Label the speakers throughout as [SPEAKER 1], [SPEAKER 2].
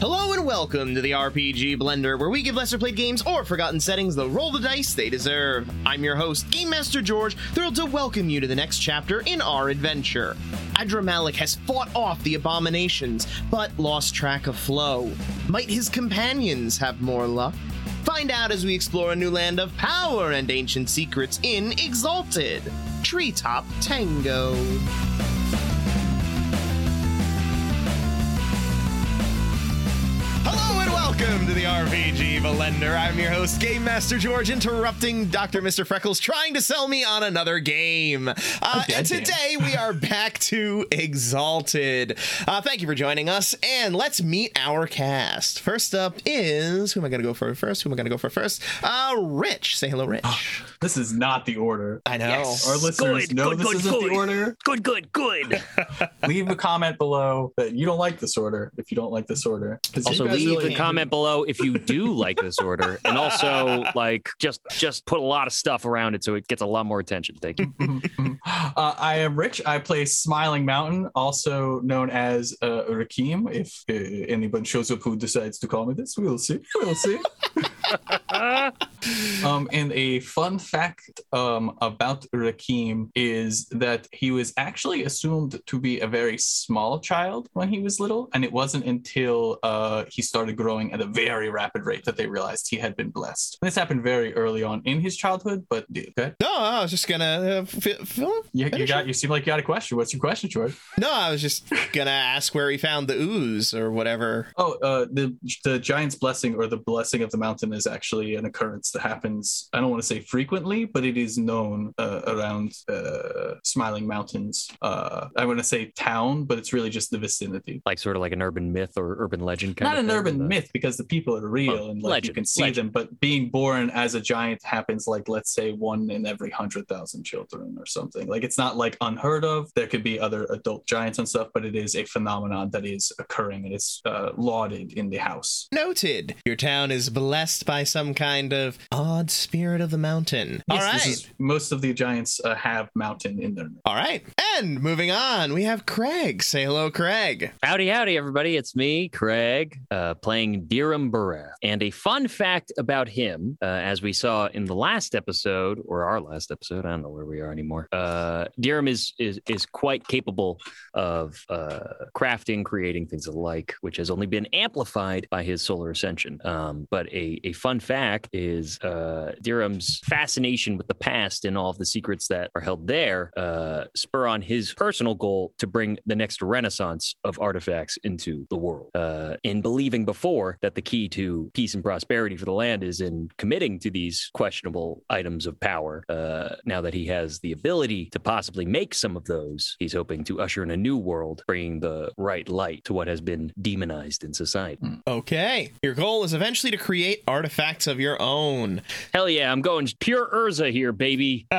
[SPEAKER 1] Hello and welcome to the RPG Blender, where we give lesser played games or forgotten settings the roll the dice they deserve. I'm your host, Game Master George, thrilled to welcome you to the next chapter in our adventure. Adramalik has fought off the abominations, but lost track of Flo. Might his companions have more luck? Find out as we explore a new land of power and ancient secrets in Exalted Treetop Tango. Hello and welcome to the RPG Valender. I'm your host, Game Master George, interrupting Dr. Mr. Freckles trying to sell me on another game. Uh, and today we are back to Exalted. Uh, thank you for joining us, and let's meet our cast. First up is who am I going to go for first? Who am I going to go for first? Uh, Rich. Say hello, Rich.
[SPEAKER 2] This is not the order.
[SPEAKER 1] I know.
[SPEAKER 3] Yes.
[SPEAKER 2] Our listeners
[SPEAKER 3] Good,
[SPEAKER 2] know
[SPEAKER 3] good,
[SPEAKER 2] this
[SPEAKER 3] good,
[SPEAKER 2] isn't
[SPEAKER 3] good.
[SPEAKER 2] the order.
[SPEAKER 3] Good, good, good.
[SPEAKER 2] Leave a comment below that you don't like this order if you don't like this order. 'Cause you
[SPEAKER 3] also,
[SPEAKER 2] guys
[SPEAKER 3] leave
[SPEAKER 2] really-
[SPEAKER 3] a comment below if you do like this order, and also like just just put a lot of stuff around it so it gets a lot more attention. Thank you.
[SPEAKER 2] Uh, I am Rich. I play Smiling Mountain, also known as uh, Rakim. If uh, anyone shows up who decides to call me this, we'll see. We'll see.
[SPEAKER 3] Uh,
[SPEAKER 2] Um, and a fun fact um, about Rakim is that he was actually assumed to be a very small child when he was little, and it wasn't until uh, he started growing at a very rapid rate that they realized he had been blessed. This happened very early on in his childhood, but okay.
[SPEAKER 4] No, I was just gonna uh, fi- fill-
[SPEAKER 2] You, you
[SPEAKER 4] Finish
[SPEAKER 2] got. You seem like you got a question. What's your question, George?
[SPEAKER 4] No, I was just gonna ask where he found the ooze or whatever.
[SPEAKER 2] Oh, uh, the the giant's blessing or the blessing of the mountain is actually an occurrence that happens. I don't want to say frequently, but it is known uh, around uh, Smiling Mountains. Uh, I want to say town, but it's really just the vicinity.
[SPEAKER 3] like sort of like an urban myth or urban legend kind
[SPEAKER 2] Not
[SPEAKER 3] of
[SPEAKER 2] an
[SPEAKER 3] thing,
[SPEAKER 2] urban
[SPEAKER 3] uh,
[SPEAKER 2] myth because the people are real
[SPEAKER 3] Oh,
[SPEAKER 2] and like you
[SPEAKER 3] legend,
[SPEAKER 2] can see
[SPEAKER 3] legend.
[SPEAKER 2] them. But being born as a giant happens like let's say one in every hundred thousand children or something. Like it's not like unheard of. There could be other adult giants and stuff, but it is a phenomenon that is occurring and it's uh, lauded in the house.
[SPEAKER 4] Noted. Your town is blessed by some kind of odd spirit of the mountain. All
[SPEAKER 2] Yes,
[SPEAKER 4] right.
[SPEAKER 2] This is, most of the giants uh, have mountain in their name.
[SPEAKER 4] All right. And moving on, we have Craig. Say hello, Craig.
[SPEAKER 3] Howdy, howdy, everybody. It's me, Craig, uh, playing Dirham Barrett. And a fun fact about him, uh, as we saw in the last episode, or our last episode, I don't know where we are anymore. Uh, Dirham is, is, is quite capable of uh, crafting, creating things alike, which has only been amplified by his solar ascension. Um, but a, a fun fact is uh, Dirham's fascination with the past and all of the secrets that are held there uh, spur on his personal goal to bring the next renaissance of artifacts into the world. Uh, in believing before that the key to peace and prosperity for the land is in committing to these questionable items of power, uh, now that he has the ability to possibly make some of those, he's hoping to usher in a new world, bringing the right light to what has been demonized in society.
[SPEAKER 4] Okay. Your goal is eventually to create artifacts of your own.
[SPEAKER 3] Hell yeah, I'm going pure Urza here, baby.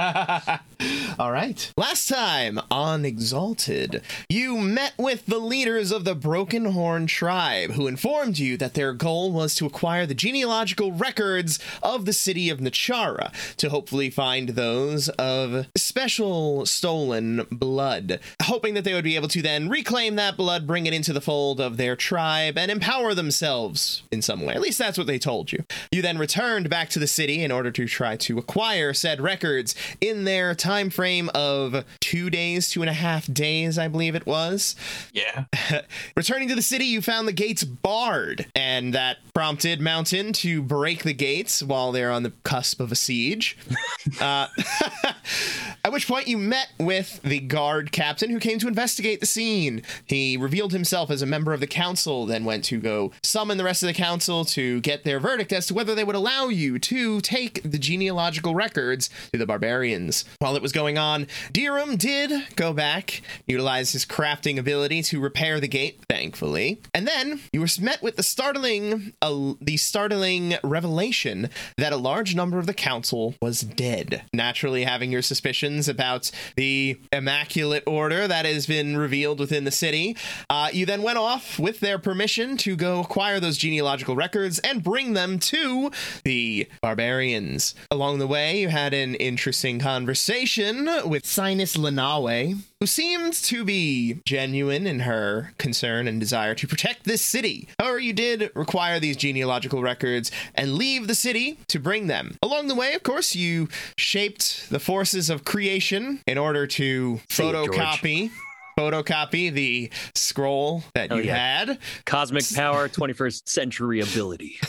[SPEAKER 4] All right. Last time on Exalted, you met with the leaders of the Broken Horn tribe, who informed you that their goal was to acquire the genealogical records of the city of Nachara to hopefully find those of special stolen blood, hoping that they would be able to then reclaim that blood, bring it into the fold of their tribe, and empower themselves in some way. At least that's what they told you. You then returned back to the city in order to try to acquire said records in their time frame of two days, two and a half days, I believe it was.
[SPEAKER 2] Yeah.
[SPEAKER 4] Returning to the city, you found the gates barred, and that prompted Mountain to break the gates while they're on the cusp of a siege. uh, at which point, you met with the guard captain who came to investigate the scene. He revealed himself as a member of the council, then went to go summon the rest of the council to get their verdict as to whether they would allow you to take the genealogical records to the barbarians. While it was going on, Dirham did go back, utilize his crafting ability to repair the gate, thankfully, and then you were met with the startling, uh, the startling revelation that a large number of the council was dead. Naturally, having your suspicions about the immaculate order that has been revealed within the city, uh, you then went off with their permission to go acquire those genealogical records and bring them to the barbarians. Along the way, you had an interesting conversation one with Sinus Linawe, who seems to be genuine in her concern and desire to protect this city. However, you did require these genealogical records and leave the city to bring them. Along the way, of course, you shaped the forces of creation in order to
[SPEAKER 3] Say it, George.
[SPEAKER 4] photocopy. Photocopy the scroll that
[SPEAKER 3] Hell
[SPEAKER 4] you
[SPEAKER 3] yeah.
[SPEAKER 4] had,
[SPEAKER 3] Cosmic power, 21st century ability.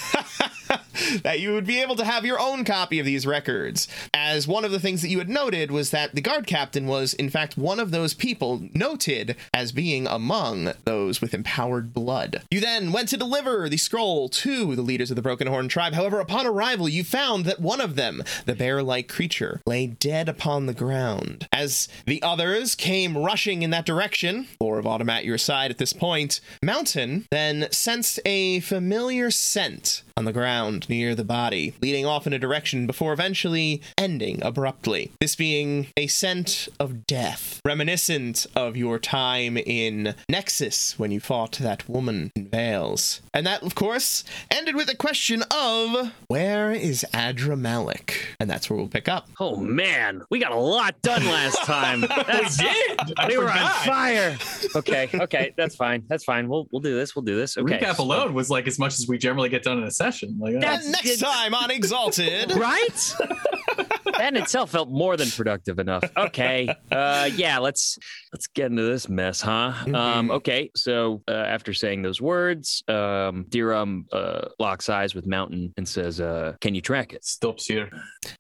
[SPEAKER 4] that you would be able to have your own copy of these records. As one of the things that you had noted was that the guard captain was, in fact, one of those people noted as being among those with empowered blood. You then went to deliver the scroll to the leaders of the Broken Horn tribe. However, upon arrival, you found that one of them, the bear like creature, lay dead upon the ground. As the others came rushing in that direction, Lore of Autumn at your side at this point, Mountain then sensed a familiar scent on the ground near the body, leading off in a direction before eventually ending abruptly. This being a scent of death, reminiscent of your time in Nexus when you fought that woman in Veils. And that, of course, ended with a question of where is Adra Malik? And that's where we'll pick up.
[SPEAKER 3] Oh man, we got a lot done last time. That's,
[SPEAKER 2] I
[SPEAKER 3] we were on
[SPEAKER 2] forgot.
[SPEAKER 3] fire. Okay, okay, that's fine. That's fine. We'll we'll do this. We'll do this. Okay.
[SPEAKER 2] Recap alone was like as much as we generally get done in a session. Like, uh,
[SPEAKER 3] That's-
[SPEAKER 4] And next time on Exalted.
[SPEAKER 3] right? that in itself felt more than productive enough. Okay, uh, yeah, let's let's get into this mess, huh?
[SPEAKER 2] Mm-hmm.
[SPEAKER 3] Um,
[SPEAKER 4] Mhm.
[SPEAKER 3] okay, so uh, after saying those words, um, Diram uh, locks eyes with Mountain and says, uh, "Can you track it?"
[SPEAKER 2] stops here.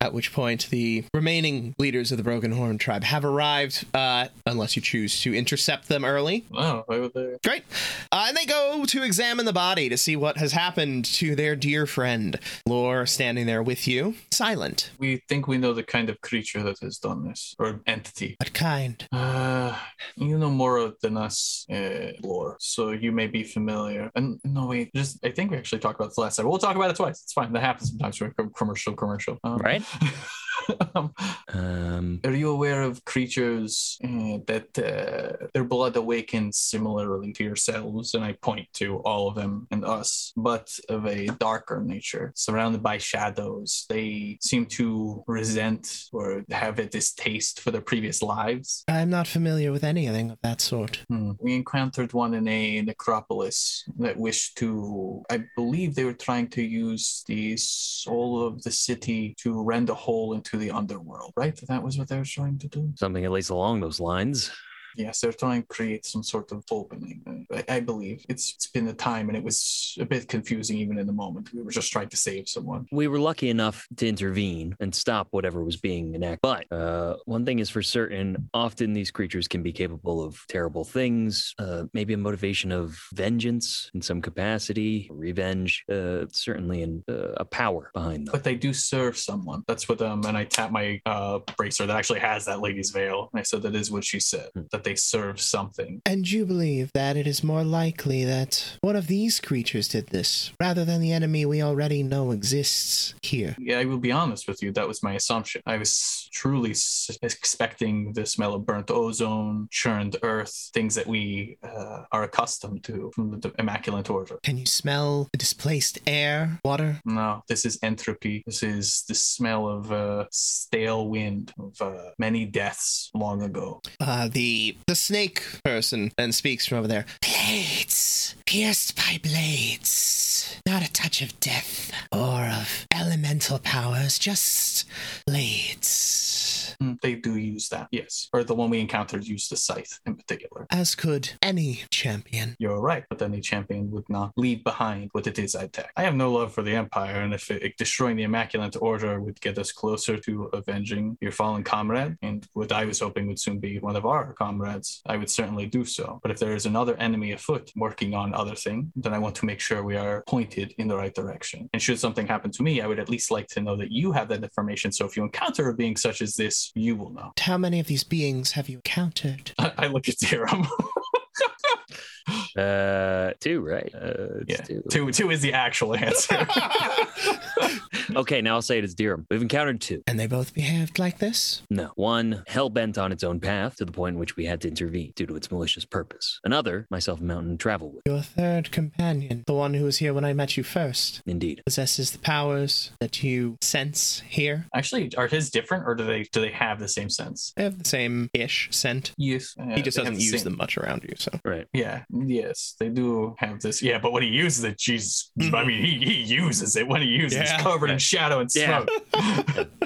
[SPEAKER 4] At which point, the remaining leaders of the Broken Horn tribe have arrived, uh, unless you choose to intercept them early.
[SPEAKER 2] Oh, why would they?
[SPEAKER 4] Great. Uh, and they go to examine the body to see what has happened to their dear friend. Lore standing there with you, silent.
[SPEAKER 2] We think we know the kind of creature that has done this, or entity.
[SPEAKER 4] What kind?
[SPEAKER 2] Uh, you know more than us, uh, lore, so you may be familiar. And no, wait, just I think we actually talked about this last time. We'll talk about it twice. It's fine. That happens sometimes. We're com- commercial, commercial. Um,
[SPEAKER 3] Right.
[SPEAKER 2] um,
[SPEAKER 3] Um,
[SPEAKER 2] are you aware of creatures uh, that uh, their blood awakens similarly to yourselves? And I point to all of them and us, but of a darker nature, surrounded by shadows. They seem to resent or have a distaste for their previous lives.
[SPEAKER 4] I'm not familiar with anything of that sort.
[SPEAKER 2] Hmm. We encountered one in a necropolis that wished to, I believe they were trying to use the soul of the city to rend a hole into the underworld, right? That was what they were trying to do?
[SPEAKER 3] something at least along those lines.
[SPEAKER 2] Yes, they're trying to create some sort of opening. I, I believe it's it's been a time, and it was a bit confusing even in the moment. We were just trying to save someone.
[SPEAKER 3] we were lucky enough to intervene and stop whatever was being enacted. But uh, one thing is for certain: often these creatures can be capable of terrible things. Uh, maybe a motivation of vengeance in some capacity, revenge, uh, certainly, and uh, a power behind them.
[SPEAKER 2] But they do serve someone. That's what um. And I tap my uh bracer that actually has that lady's veil. And I said that is what she said. That they serve something.
[SPEAKER 4] And you believe that it is more likely that one of these creatures did this, rather than the enemy we already know exists here.
[SPEAKER 2] Yeah, I will be honest with you. That was my assumption. I was truly s- expecting the smell of burnt ozone, churned earth, things that we uh, are accustomed to from the, the Immaculate Order.
[SPEAKER 4] Can you smell the displaced air, water?
[SPEAKER 2] No, this is entropy. This is the smell of uh, stale wind of uh, many deaths long ago.
[SPEAKER 4] Uh, the the snake person then speaks from over there. Blades pierced by blades, not a touch of death or of elemental powers, just blades.
[SPEAKER 2] Hmm, They do use that, yes. Or the one we encountered used the scythe in particular.
[SPEAKER 4] As could any champion.
[SPEAKER 2] You're right, but then the champion would not leave behind what it is I attack. I have no love for the Empire, and if it, destroying the Immaculate Order would get us closer to avenging your fallen comrade, and what I was hoping would soon be one of our comrades, I would certainly do so. But if there is another enemy afoot working on other thing, then I want to make sure we are pointed in the right direction. And should something happen to me, I would at least like to know that you have that information. So if you encounter a being such as this, you will know.
[SPEAKER 4] How many of these beings have you encountered?
[SPEAKER 2] I, I look at Tiram.
[SPEAKER 3] Uh, two, right? Uh, it's
[SPEAKER 2] Yeah. Two, two is the actual answer.
[SPEAKER 3] Okay, now I'll say it is Dirham. We've encountered two.
[SPEAKER 4] and they both behaved like this?
[SPEAKER 3] No. One, hell bent on its own path to the point in which we had to intervene due to its malicious purpose. Another, myself and Mountain travel with.
[SPEAKER 4] Your third companion, the one who was here when I met you first,
[SPEAKER 3] Indeed.
[SPEAKER 4] possesses the powers that you sense here.
[SPEAKER 2] Actually, are his different, or do they do they have the same sense?
[SPEAKER 4] They have the same ish scent.
[SPEAKER 2] Yes. Yeah,
[SPEAKER 4] He just
[SPEAKER 2] they have
[SPEAKER 4] doesn't
[SPEAKER 2] the
[SPEAKER 4] use
[SPEAKER 2] same-
[SPEAKER 4] them much around you, so.
[SPEAKER 3] Right.
[SPEAKER 2] Yeah. Yes, they do have this. Yeah, but when he uses it, Jesus, I mean, he, he uses it when he uses it.
[SPEAKER 4] Yeah.
[SPEAKER 2] It's covered in shadow and
[SPEAKER 3] Yeah.
[SPEAKER 2] smoke.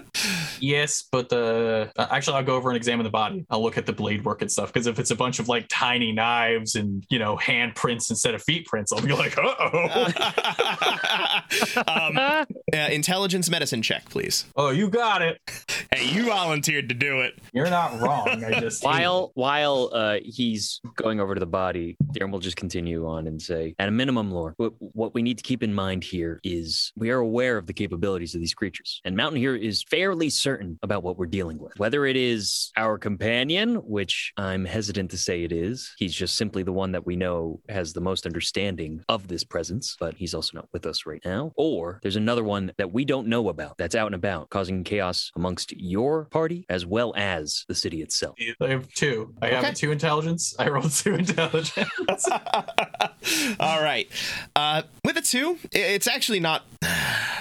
[SPEAKER 2] yes, but uh, actually, I'll go over and examine the body. I'll look at the blade work and stuff because if it's a bunch of like tiny knives and you know handprints instead of feet prints, I'll be like, oh,
[SPEAKER 4] um, uh, intelligence medicine check, please.
[SPEAKER 2] oh, you got it.
[SPEAKER 4] Hey, you volunteered to do it.
[SPEAKER 2] You're not wrong. I just
[SPEAKER 3] While while uh, he's going over to the body, Darren will just continue on and say, at a minimum, lore, what, what we need to keep in mind here is we are aware of the capabilities of these creatures, and Mountain here is fairly certain about what we're dealing with. Whether it is our companion, which I'm hesitant to say it is, he's just simply the one that we know has the most understanding of this presence, but he's also not with us right now. Or there's another one that we don't know about that's out and about, causing chaos amongst your party as well as the city itself.
[SPEAKER 2] I have two. I have
[SPEAKER 4] Okay.
[SPEAKER 2] a two intelligence. I rolled two intelligence.
[SPEAKER 4] All right. Uh, with a two, i- it's actually not.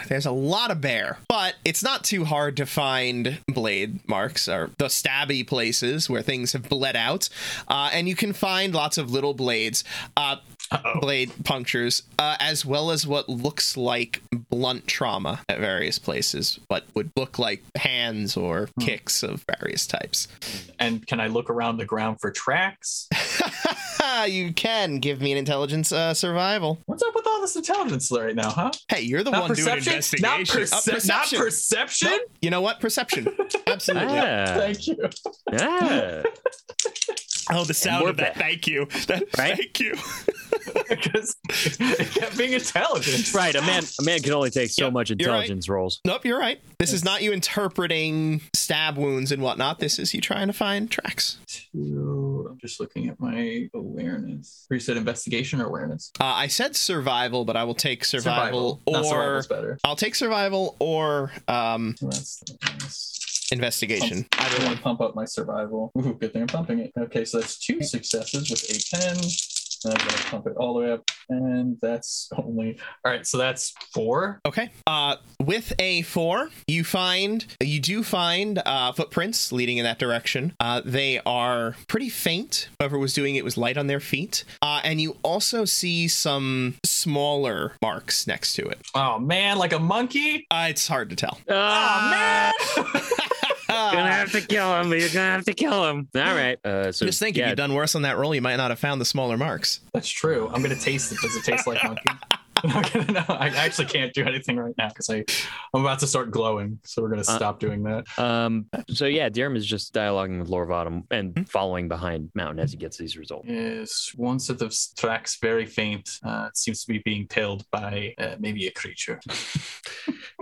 [SPEAKER 4] There's a lot of bear, but it's not too hard to find blade marks or the stabby places where things have bled out. Uh, and you can find lots of little blades, uh, blade punctures, uh, as well as what looks like blunt trauma at various places, but would look like hands or kicks of various types.
[SPEAKER 2] and can I look around the ground for tracks?
[SPEAKER 4] you can give me an intelligence uh, survival.
[SPEAKER 2] What's up with all this intelligence right now, huh?
[SPEAKER 4] Hey, you're the
[SPEAKER 2] Not
[SPEAKER 4] one doing
[SPEAKER 2] perception. Not,
[SPEAKER 4] investigation.
[SPEAKER 2] perce-
[SPEAKER 4] Uh,
[SPEAKER 2] not
[SPEAKER 4] perception.
[SPEAKER 2] perception.
[SPEAKER 4] Nope. You know what? Perception. Absolutely.
[SPEAKER 3] Ah,
[SPEAKER 2] Thank you.
[SPEAKER 3] ah.
[SPEAKER 4] Oh, the
[SPEAKER 3] we're back.
[SPEAKER 4] Thank you. That-
[SPEAKER 3] Right?
[SPEAKER 4] Thank you.
[SPEAKER 2] because it kept being intelligent.
[SPEAKER 3] right. A man, a man can only take so much
[SPEAKER 4] you're right.
[SPEAKER 3] intelligence rolls.
[SPEAKER 4] Nope, you're right. This is not you interpreting stab wounds and whatnot. This is you trying to find tracks.
[SPEAKER 2] Two- I'm just looking at my awareness. You said investigation or awareness?
[SPEAKER 4] Uh, I said survival, but I will take survival, or
[SPEAKER 2] Not survival's better.
[SPEAKER 4] I'll take survival or um,
[SPEAKER 2] So that's nice.
[SPEAKER 4] investigation.
[SPEAKER 2] I really want to pump up my survival. Ooh, good thing I'm pumping it. Okay, so that's two successes with a 10. And I'm going to pump it all the way up. And that's only. All right, so that's four.
[SPEAKER 4] Okay. Uh, with a four, you find you do find uh, footprints leading in that direction. Uh, they are pretty faint. Whoever was doing it was light on their feet, uh, and you also see some smaller marks next to it.
[SPEAKER 2] Oh, man, like a monkey? Oh,
[SPEAKER 4] Uh, it's hard to tell.
[SPEAKER 3] Ah,
[SPEAKER 2] man!
[SPEAKER 3] gonna have to kill him. You're gonna have to kill him. All right. Uh, so
[SPEAKER 4] Ah, Just think, if
[SPEAKER 3] yeah,
[SPEAKER 4] you'd done worse on that roll, you might not have found the smaller marks.
[SPEAKER 2] That's true. I'm gonna taste it. Does it taste like monkey? I'm not gonna know. I actually can't do anything right now because I I'm about to start glowing. So we're gonna stop doing that.
[SPEAKER 3] Um, so yeah, Dirham is just dialoguing with Lorvatum
[SPEAKER 4] Hmm?
[SPEAKER 3] and following behind Mountain as he gets these results.
[SPEAKER 2] Yes, one set of tracks very faint. Uh, it seems to be being tailed by uh, maybe a creature.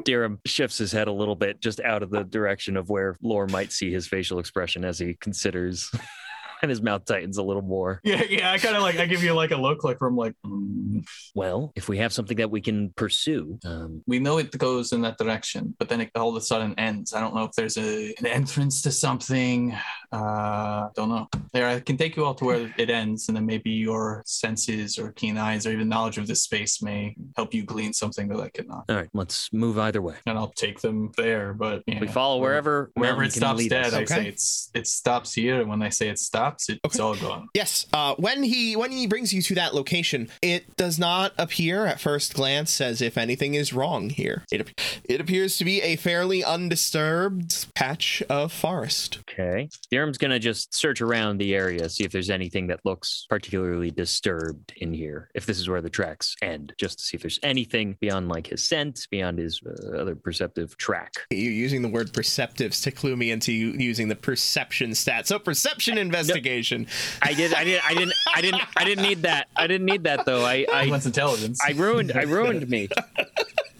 [SPEAKER 3] Dirham shifts his head a little bit, just out of the direction of where Lore might see his facial expression as he considers, and his mouth tightens a little more.
[SPEAKER 2] Yeah, yeah. I kind of like I give you like a look like where I'm like, mm.
[SPEAKER 3] Well, if we have something that we can pursue, um,
[SPEAKER 2] we know it goes in that direction, but then it all of a sudden ends. I don't know if there's a an entrance to something. Uh, don't know. There, I can take you all to where it ends, and then maybe your senses or keen eyes or even knowledge of this space may help you glean something that I could not.
[SPEAKER 3] all right, let's move either way.
[SPEAKER 2] And I'll take them there, but you
[SPEAKER 3] We
[SPEAKER 2] know,
[SPEAKER 3] follow wherever
[SPEAKER 2] Wherever
[SPEAKER 3] Mountain
[SPEAKER 2] it
[SPEAKER 3] can
[SPEAKER 2] stops
[SPEAKER 3] lead
[SPEAKER 2] dead,
[SPEAKER 3] us.
[SPEAKER 2] I
[SPEAKER 4] Okay.
[SPEAKER 2] say it's it stops here, and when I say it stops, it, it's all gone.
[SPEAKER 4] Yes. Uh, when he when he brings you to that location, it does not appear at first glance as if anything is wrong here. It ap- it appears to be a fairly undisturbed patch of forest.
[SPEAKER 3] Okay. Dirham's going to just search around the area, see if there's anything that looks particularly disturbed in here, if this is where the tracks end, just to see if there's anything beyond like his scent, beyond his uh, other perceptive track.
[SPEAKER 4] You're using the word perceptives to clue me into you using the perception stat. So perception investigation.
[SPEAKER 3] I did I did I didn't I didn't I didn't need that. I didn't need that though. I
[SPEAKER 2] He
[SPEAKER 3] I,
[SPEAKER 2] wants intelligence.
[SPEAKER 3] I ruined I ruined me.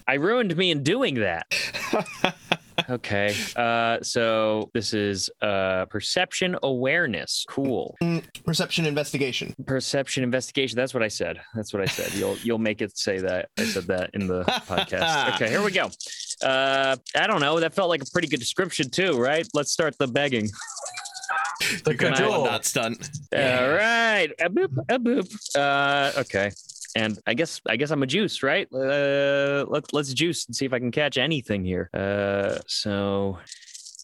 [SPEAKER 3] I ruined me in doing that. Okay. Uh, so this is uh, perception awareness. Cool.
[SPEAKER 4] Perception investigation.
[SPEAKER 3] Perception investigation. That's what I said. That's what I said. You'll you'll make it say that I said that in the podcast. Okay. Here we go. Uh, I don't know. That felt like a pretty good description too, right? Let's start the begging.
[SPEAKER 2] The
[SPEAKER 3] can
[SPEAKER 4] That
[SPEAKER 2] cajole.
[SPEAKER 4] one not stunt.
[SPEAKER 3] All right. A boop. A boop. Uh, okay. And I guess I guess I'm a juice, right? Uh, let's let's juice and see if I can catch anything here. Uh, so.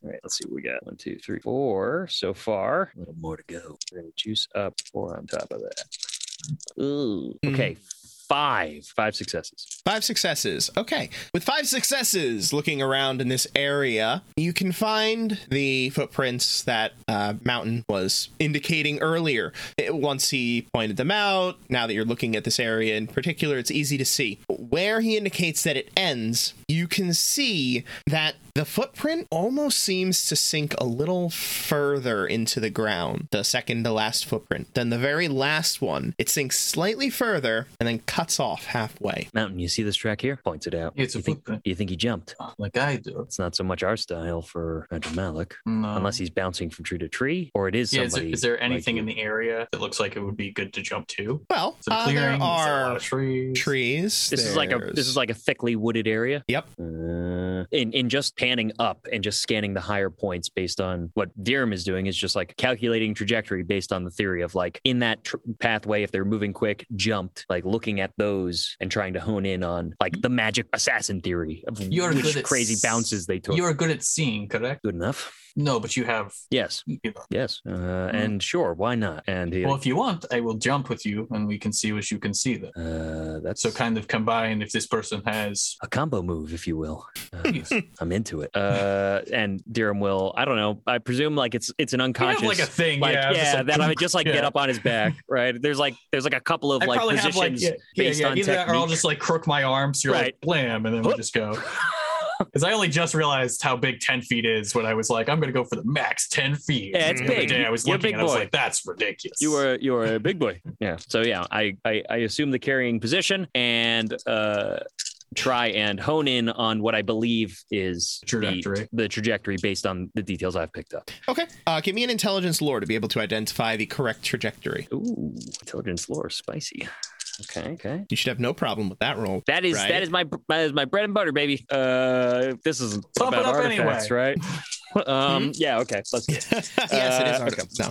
[SPEAKER 3] All right, let's see what we got. One, two, three, four so far. A little more to go. We're gonna juice up four on top of that. Ooh.
[SPEAKER 2] Hmm.
[SPEAKER 3] Okay, five, five successes.
[SPEAKER 4] Five successes. Okay. With five successes looking around in this area, you can find the footprints that uh, Mountain was indicating earlier. It- once he pointed them out, now that you're looking at this area in particular, it's easy to see. Where he indicates that it ends, you can see that the footprint almost seems to sink a little further into the ground, the second to last footprint, than the very last one. It sinks slightly further and then cuts off halfway.
[SPEAKER 3] Mountain, you see this track here? Points it out.
[SPEAKER 2] It's a
[SPEAKER 3] you think,
[SPEAKER 2] footprint.
[SPEAKER 3] you think he jumped?
[SPEAKER 2] Like I do.
[SPEAKER 3] It's not so much our style for Roger Malik,
[SPEAKER 2] No.
[SPEAKER 3] unless he's bouncing from tree to tree, or it is
[SPEAKER 2] Um, yeah, is there,
[SPEAKER 3] somebody.
[SPEAKER 2] is there
[SPEAKER 3] like
[SPEAKER 2] anything
[SPEAKER 3] you.
[SPEAKER 2] in the area that looks like it would be good to jump to?
[SPEAKER 4] Well,
[SPEAKER 2] It's a
[SPEAKER 4] uh,
[SPEAKER 2] clearing.
[SPEAKER 4] there
[SPEAKER 2] it's a lot
[SPEAKER 4] are
[SPEAKER 2] of trees.
[SPEAKER 4] trees.
[SPEAKER 3] This is like a this is like a thickly wooded area.
[SPEAKER 4] Yep.
[SPEAKER 3] Uh, in in just panning up and just scanning the higher points based on what Dirham is doing is just like calculating trajectory based on the theory of like in that tr- pathway if they're moving quick, jumped, like looking at those and trying to hone in on like the magic assassin theory of
[SPEAKER 2] You're good
[SPEAKER 3] which
[SPEAKER 2] at
[SPEAKER 3] crazy
[SPEAKER 2] s-
[SPEAKER 3] bounces they took.
[SPEAKER 2] You are good at seeing, correct?
[SPEAKER 3] good enough.
[SPEAKER 2] No, but you have.
[SPEAKER 3] Yes.
[SPEAKER 2] You know. Mm.
[SPEAKER 3] Yes. Uh, And sure, why not? And he,
[SPEAKER 2] Well, if you want, I will jump with you, and we can see what you can see there.
[SPEAKER 3] uh, that's
[SPEAKER 2] So kind of combine if this person has.
[SPEAKER 3] a combo move, if you will. Uh,
[SPEAKER 2] Jeez. You
[SPEAKER 3] I'm into it. Uh, and Durham will. I don't know. I presume like it's it's an
[SPEAKER 2] have
[SPEAKER 3] unconscious.
[SPEAKER 2] like a thing,
[SPEAKER 3] like,
[SPEAKER 2] yeah.
[SPEAKER 3] yeah,
[SPEAKER 2] just like-
[SPEAKER 3] that I would just like get
[SPEAKER 2] yeah.
[SPEAKER 3] up on his back, right? There's like there's like a couple of
[SPEAKER 2] I
[SPEAKER 3] like
[SPEAKER 2] probably
[SPEAKER 3] positions
[SPEAKER 2] have like yeah, yeah,
[SPEAKER 3] based
[SPEAKER 2] yeah,
[SPEAKER 3] on
[SPEAKER 2] either that or I'll
[SPEAKER 3] technique.
[SPEAKER 2] just like crook my arms. You're
[SPEAKER 3] Right.
[SPEAKER 2] like blam, and then we
[SPEAKER 3] Whoop.
[SPEAKER 2] just go. Because I only just realized how big ten feet is when I was like, I'm gonna go for the max ten feet.
[SPEAKER 3] Yeah, it's
[SPEAKER 2] And the other
[SPEAKER 3] big.
[SPEAKER 2] Day I was
[SPEAKER 3] You're a
[SPEAKER 2] looking
[SPEAKER 3] big
[SPEAKER 2] and I was
[SPEAKER 3] boy.
[SPEAKER 2] like, that's ridiculous.
[SPEAKER 3] You were you were a big boy. Yeah. So yeah, I, I I assume the carrying position and uh try and hone in on what I believe is the-
[SPEAKER 2] Trajectory.
[SPEAKER 3] The, trajectory based on the details I've picked up.
[SPEAKER 4] okay. Uh, give me an intelligence lore to be able to identify the correct trajectory.
[SPEAKER 3] Ooh, intelligence lore, spicy. Okay, okay.
[SPEAKER 4] You should have no problem with that roll.
[SPEAKER 3] That is
[SPEAKER 4] Right.
[SPEAKER 3] that is my that is my bread and butter, baby. Uh, this is
[SPEAKER 2] Pump it
[SPEAKER 3] about
[SPEAKER 2] up
[SPEAKER 3] artifacts, right?
[SPEAKER 4] Hmm?
[SPEAKER 3] um, yeah. Okay. Let's. do it.
[SPEAKER 4] yes, it is.
[SPEAKER 3] Uh,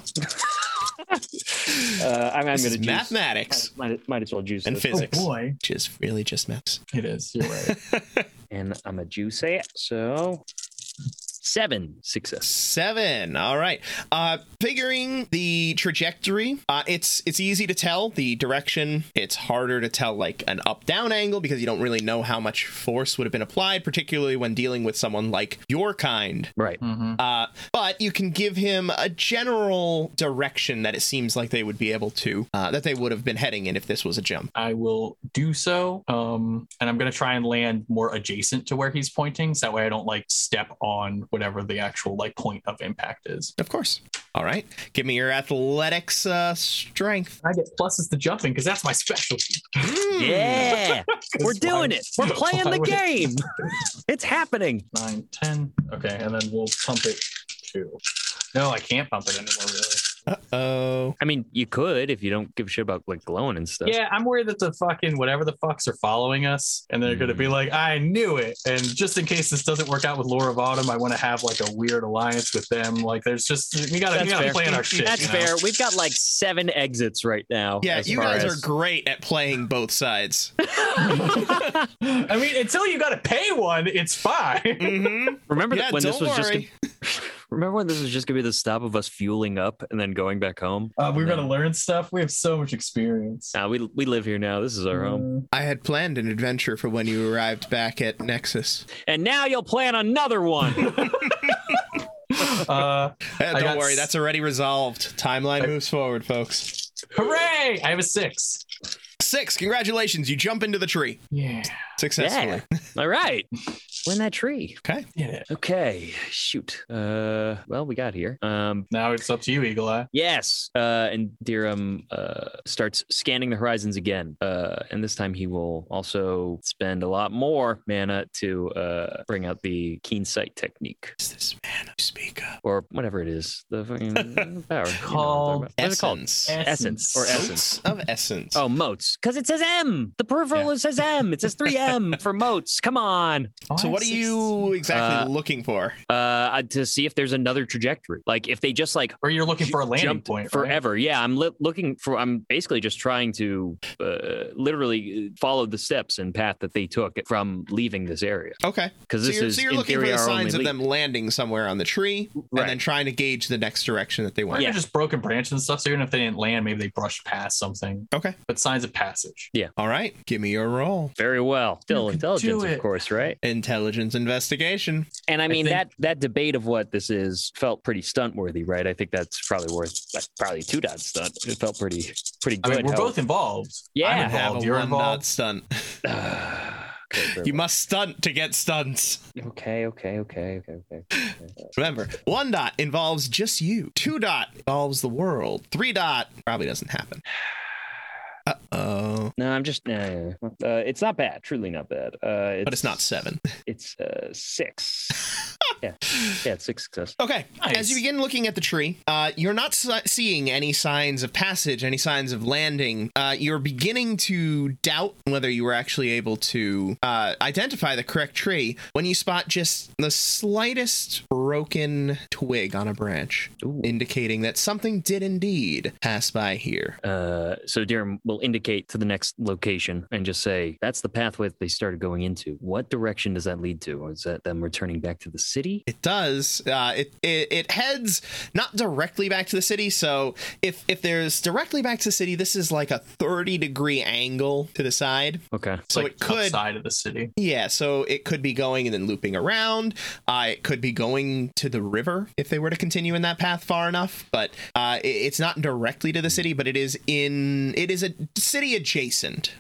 [SPEAKER 4] Artemis. No,
[SPEAKER 3] Uh, I'm,
[SPEAKER 4] this
[SPEAKER 3] I'm going
[SPEAKER 4] is
[SPEAKER 3] to juice.
[SPEAKER 4] mathematics
[SPEAKER 3] Might, might as well juice
[SPEAKER 4] and
[SPEAKER 3] it.
[SPEAKER 4] physics,
[SPEAKER 2] Oh boy,
[SPEAKER 4] which is really just maths.
[SPEAKER 2] it is. You're right.
[SPEAKER 3] Oh, And I'm a juice it. So seven success.
[SPEAKER 4] Seven. All right. Uh, figuring the trajectory. Uh, it's it's easy to tell the direction. It's harder to tell like an up down angle because you don't really know how much force would have been applied, particularly when dealing with someone like your kind.
[SPEAKER 3] Right.
[SPEAKER 2] Mhm.
[SPEAKER 4] Uh, but you can give him a general direction that it seems like they would be able to, uh, that they would have been heading in if this was a jump.
[SPEAKER 2] I will do so. Um, and I'm gonna try and land more adjacent to where he's pointing, so that way I don't like step on whatever the actual like point of impact is.
[SPEAKER 4] Of course. All right. Give me your athletics uh, strength.
[SPEAKER 2] I get pluses to jumping because that's my specialty.
[SPEAKER 4] Hmm.
[SPEAKER 3] Yeah, we're doing it. We're playing the game. It's happening.
[SPEAKER 2] Nine, ten. Okay, and then we'll pump it two. No, I can't pump it anymore, really.
[SPEAKER 4] Oh.
[SPEAKER 3] I mean, you could if you don't give a shit about like glowing and stuff.
[SPEAKER 2] Yeah, I'm worried that the fucking whatever the fucks are following us, and they're gonna be like, I knew it. And just in case this doesn't work out with Lore of Autumn, I want to have like a weird alliance with them. Like, there's just we gotta,
[SPEAKER 3] That's
[SPEAKER 2] we gotta
[SPEAKER 3] fair.
[SPEAKER 2] plan our shit.
[SPEAKER 3] That's
[SPEAKER 2] you know?
[SPEAKER 3] fair. We've got like seven exits right now.
[SPEAKER 4] Yeah,
[SPEAKER 3] as
[SPEAKER 4] you
[SPEAKER 3] far
[SPEAKER 4] guys
[SPEAKER 3] as-
[SPEAKER 4] are great at playing both sides.
[SPEAKER 2] I mean, until you gotta pay one, it's
[SPEAKER 3] Mm.
[SPEAKER 2] fine.
[SPEAKER 4] Mhm.
[SPEAKER 3] Remember
[SPEAKER 4] Yeah,
[SPEAKER 3] that Mm-hmm. when
[SPEAKER 4] don't
[SPEAKER 3] this was just.
[SPEAKER 4] worry.
[SPEAKER 3] Remember when this was just gonna be the stop of us fueling up and then going back home?
[SPEAKER 2] Uh, we're gonna learn stuff. We have so much experience.
[SPEAKER 3] Now we we live here now. This is our home.
[SPEAKER 4] I had planned an adventure for when you arrived back at Nexus.
[SPEAKER 3] And now you'll plan another one.
[SPEAKER 2] Uh,
[SPEAKER 4] Eh,
[SPEAKER 2] I
[SPEAKER 4] don't
[SPEAKER 2] got
[SPEAKER 4] worry,
[SPEAKER 2] s-
[SPEAKER 4] that's already resolved. Timeline
[SPEAKER 2] I-
[SPEAKER 4] moves forward, folks.
[SPEAKER 2] hooray! I have a six.
[SPEAKER 4] Six. Congratulations. You jump into the tree
[SPEAKER 2] Yeah.
[SPEAKER 4] successfully.
[SPEAKER 3] All right. We're in that tree.
[SPEAKER 4] Okay.
[SPEAKER 2] Get it.
[SPEAKER 3] Okay. Shoot. Uh, well, we got here. Um,
[SPEAKER 2] Now it's up to you, Eagle Eye.
[SPEAKER 3] yes. Uh, and Dirham uh, starts scanning the horizons again. Uh, and this time he will also spend a lot more mana to uh, bring out the keen sight technique
[SPEAKER 4] Is this man who speak up?
[SPEAKER 3] or whatever it is. The fucking power. you know what I'm talking
[SPEAKER 2] Called
[SPEAKER 3] about. What's it called? Essence or
[SPEAKER 4] Motes
[SPEAKER 3] essence.
[SPEAKER 4] of essence.
[SPEAKER 3] Oh, motes. Because it says M. The peripheral says M. It says 3M for motes. Come on.
[SPEAKER 2] Oh,
[SPEAKER 4] So what are you exactly looking for?
[SPEAKER 3] Uh, I- to see if there's another trajectory. Like if they just like
[SPEAKER 2] Or you're looking for a landing
[SPEAKER 3] jumped
[SPEAKER 2] point right?
[SPEAKER 3] forever. Yeah, I'm li- looking for. I'm basically just trying to uh, literally uh, follow the steps and path that they took from leaving this area.
[SPEAKER 4] Okay.
[SPEAKER 3] Because
[SPEAKER 4] So
[SPEAKER 3] this
[SPEAKER 4] you're,
[SPEAKER 3] is
[SPEAKER 4] so you're
[SPEAKER 3] in
[SPEAKER 4] looking for
[SPEAKER 3] theory,
[SPEAKER 4] the
[SPEAKER 3] our
[SPEAKER 4] signs of
[SPEAKER 3] only
[SPEAKER 4] them
[SPEAKER 3] lead.
[SPEAKER 4] landing somewhere on the tree
[SPEAKER 3] Right.
[SPEAKER 4] and then trying to gauge the next direction that they
[SPEAKER 2] Or
[SPEAKER 4] went.
[SPEAKER 2] yeah.
[SPEAKER 3] Yeah.
[SPEAKER 2] just broken branches and stuff. So even if they didn't land, maybe they brushed past something.
[SPEAKER 4] Okay.
[SPEAKER 2] But signs of passage.
[SPEAKER 4] All right. Give me your roll.
[SPEAKER 3] Very well. Still
[SPEAKER 2] can
[SPEAKER 3] intelligence,
[SPEAKER 2] do
[SPEAKER 3] of
[SPEAKER 2] it.
[SPEAKER 3] course, right?
[SPEAKER 4] Intelligence investigation.
[SPEAKER 3] And I mean
[SPEAKER 2] think-
[SPEAKER 3] that that debate of what this is felt pretty stunt worthy, right? I think that's probably worth that's probably two dot stunt. It felt pretty pretty
[SPEAKER 2] I
[SPEAKER 3] good.
[SPEAKER 2] mean, we're
[SPEAKER 3] how-
[SPEAKER 2] both involved.
[SPEAKER 3] Yeah.
[SPEAKER 2] I'm
[SPEAKER 3] I
[SPEAKER 4] Have
[SPEAKER 2] involved.
[SPEAKER 4] a
[SPEAKER 2] You're
[SPEAKER 4] one
[SPEAKER 2] involved.
[SPEAKER 4] nod stunt.
[SPEAKER 3] Okay, very
[SPEAKER 4] You
[SPEAKER 3] well.
[SPEAKER 4] must stunt to get stunts.
[SPEAKER 3] okay, okay, okay, okay, okay.
[SPEAKER 4] Remember, one dot involves just you. Two dot involves the world. Three dot probably doesn't happen. Uh oh.
[SPEAKER 3] No, I'm just. Uh, uh, it's not bad. Truly not bad. Uh, it's,
[SPEAKER 4] But it's not seven.
[SPEAKER 3] It's uh, six. yeah, yeah, it's six success.
[SPEAKER 4] Okay.
[SPEAKER 2] Nice.
[SPEAKER 4] As you begin looking at the tree, uh, you're not si- seeing any signs of passage, any signs of landing. Uh, you're beginning to doubt whether you were actually able to uh, identify the correct tree when you spot just the slightest broken twig on a branch,
[SPEAKER 3] Ooh.
[SPEAKER 4] indicating that something did indeed pass by here.
[SPEAKER 3] Uh, so Darren will indicate to the next location and just say, "That's the pathway that they started going into. What direction does that lead to? Or is that them returning back to the city?"
[SPEAKER 4] It does. Uh, it, it it heads not directly back to the city. So if if there's directly back to the city, this is like a thirty degree angle to the side.
[SPEAKER 3] Okay.
[SPEAKER 4] So
[SPEAKER 2] like
[SPEAKER 4] it could
[SPEAKER 2] outside of the city.
[SPEAKER 4] Yeah, so it could be going and then looping around. Uh, it could be going to the river if they were to continue in that path far enough. But uh, it, it's not directly to the city, but it is in. It is a city adjacent.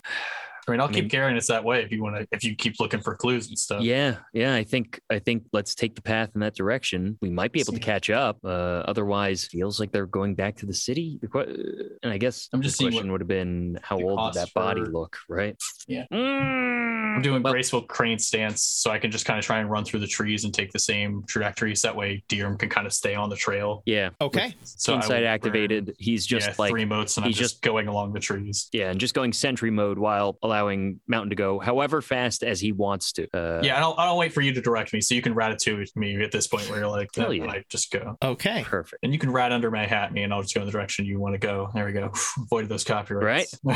[SPEAKER 2] I mean, I'll
[SPEAKER 3] mean-
[SPEAKER 2] keep carrying us that way if you want to. If you keep looking for clues and stuff.
[SPEAKER 3] Yeah, yeah. I think I think let's take the path in that direction. We might be able to
[SPEAKER 2] See.
[SPEAKER 3] catch up. Uh, otherwise, feels like they're going back to the city. The que- uh, and I guess
[SPEAKER 2] I'm
[SPEAKER 3] the
[SPEAKER 2] just seeing
[SPEAKER 3] question would have been how
[SPEAKER 2] the
[SPEAKER 3] old did
[SPEAKER 2] cost
[SPEAKER 3] that body
[SPEAKER 2] for-
[SPEAKER 3] look, right?
[SPEAKER 2] Yeah.
[SPEAKER 3] Mm.
[SPEAKER 2] I'm doing
[SPEAKER 3] Well,
[SPEAKER 2] graceful crane stance so I can just kind of try and run through the trees and take the same trajectories. That way, Deerm can kind of stay on the trail.
[SPEAKER 3] Yeah.
[SPEAKER 4] Okay.
[SPEAKER 2] So I
[SPEAKER 3] Inside
[SPEAKER 2] will
[SPEAKER 3] activated. He's
[SPEAKER 2] burn,
[SPEAKER 3] just
[SPEAKER 2] yeah,
[SPEAKER 3] like
[SPEAKER 2] three motes, and I'm
[SPEAKER 3] he's
[SPEAKER 2] just, going along the trees.
[SPEAKER 3] yeah, and just going sentry mode while allowing Mountain to go however fast as he wants to. Uh,
[SPEAKER 2] yeah, and I'll, I'll wait for you to direct me, so you can ratatouille me at this point where you're like,
[SPEAKER 3] Hell
[SPEAKER 2] "Eh,
[SPEAKER 3] yeah.
[SPEAKER 2] I just go.
[SPEAKER 4] Okay.
[SPEAKER 3] Perfect.
[SPEAKER 2] And you can rat under my hat me, and I'll just go in the direction you want to go. There we go. Avoided those copyrights.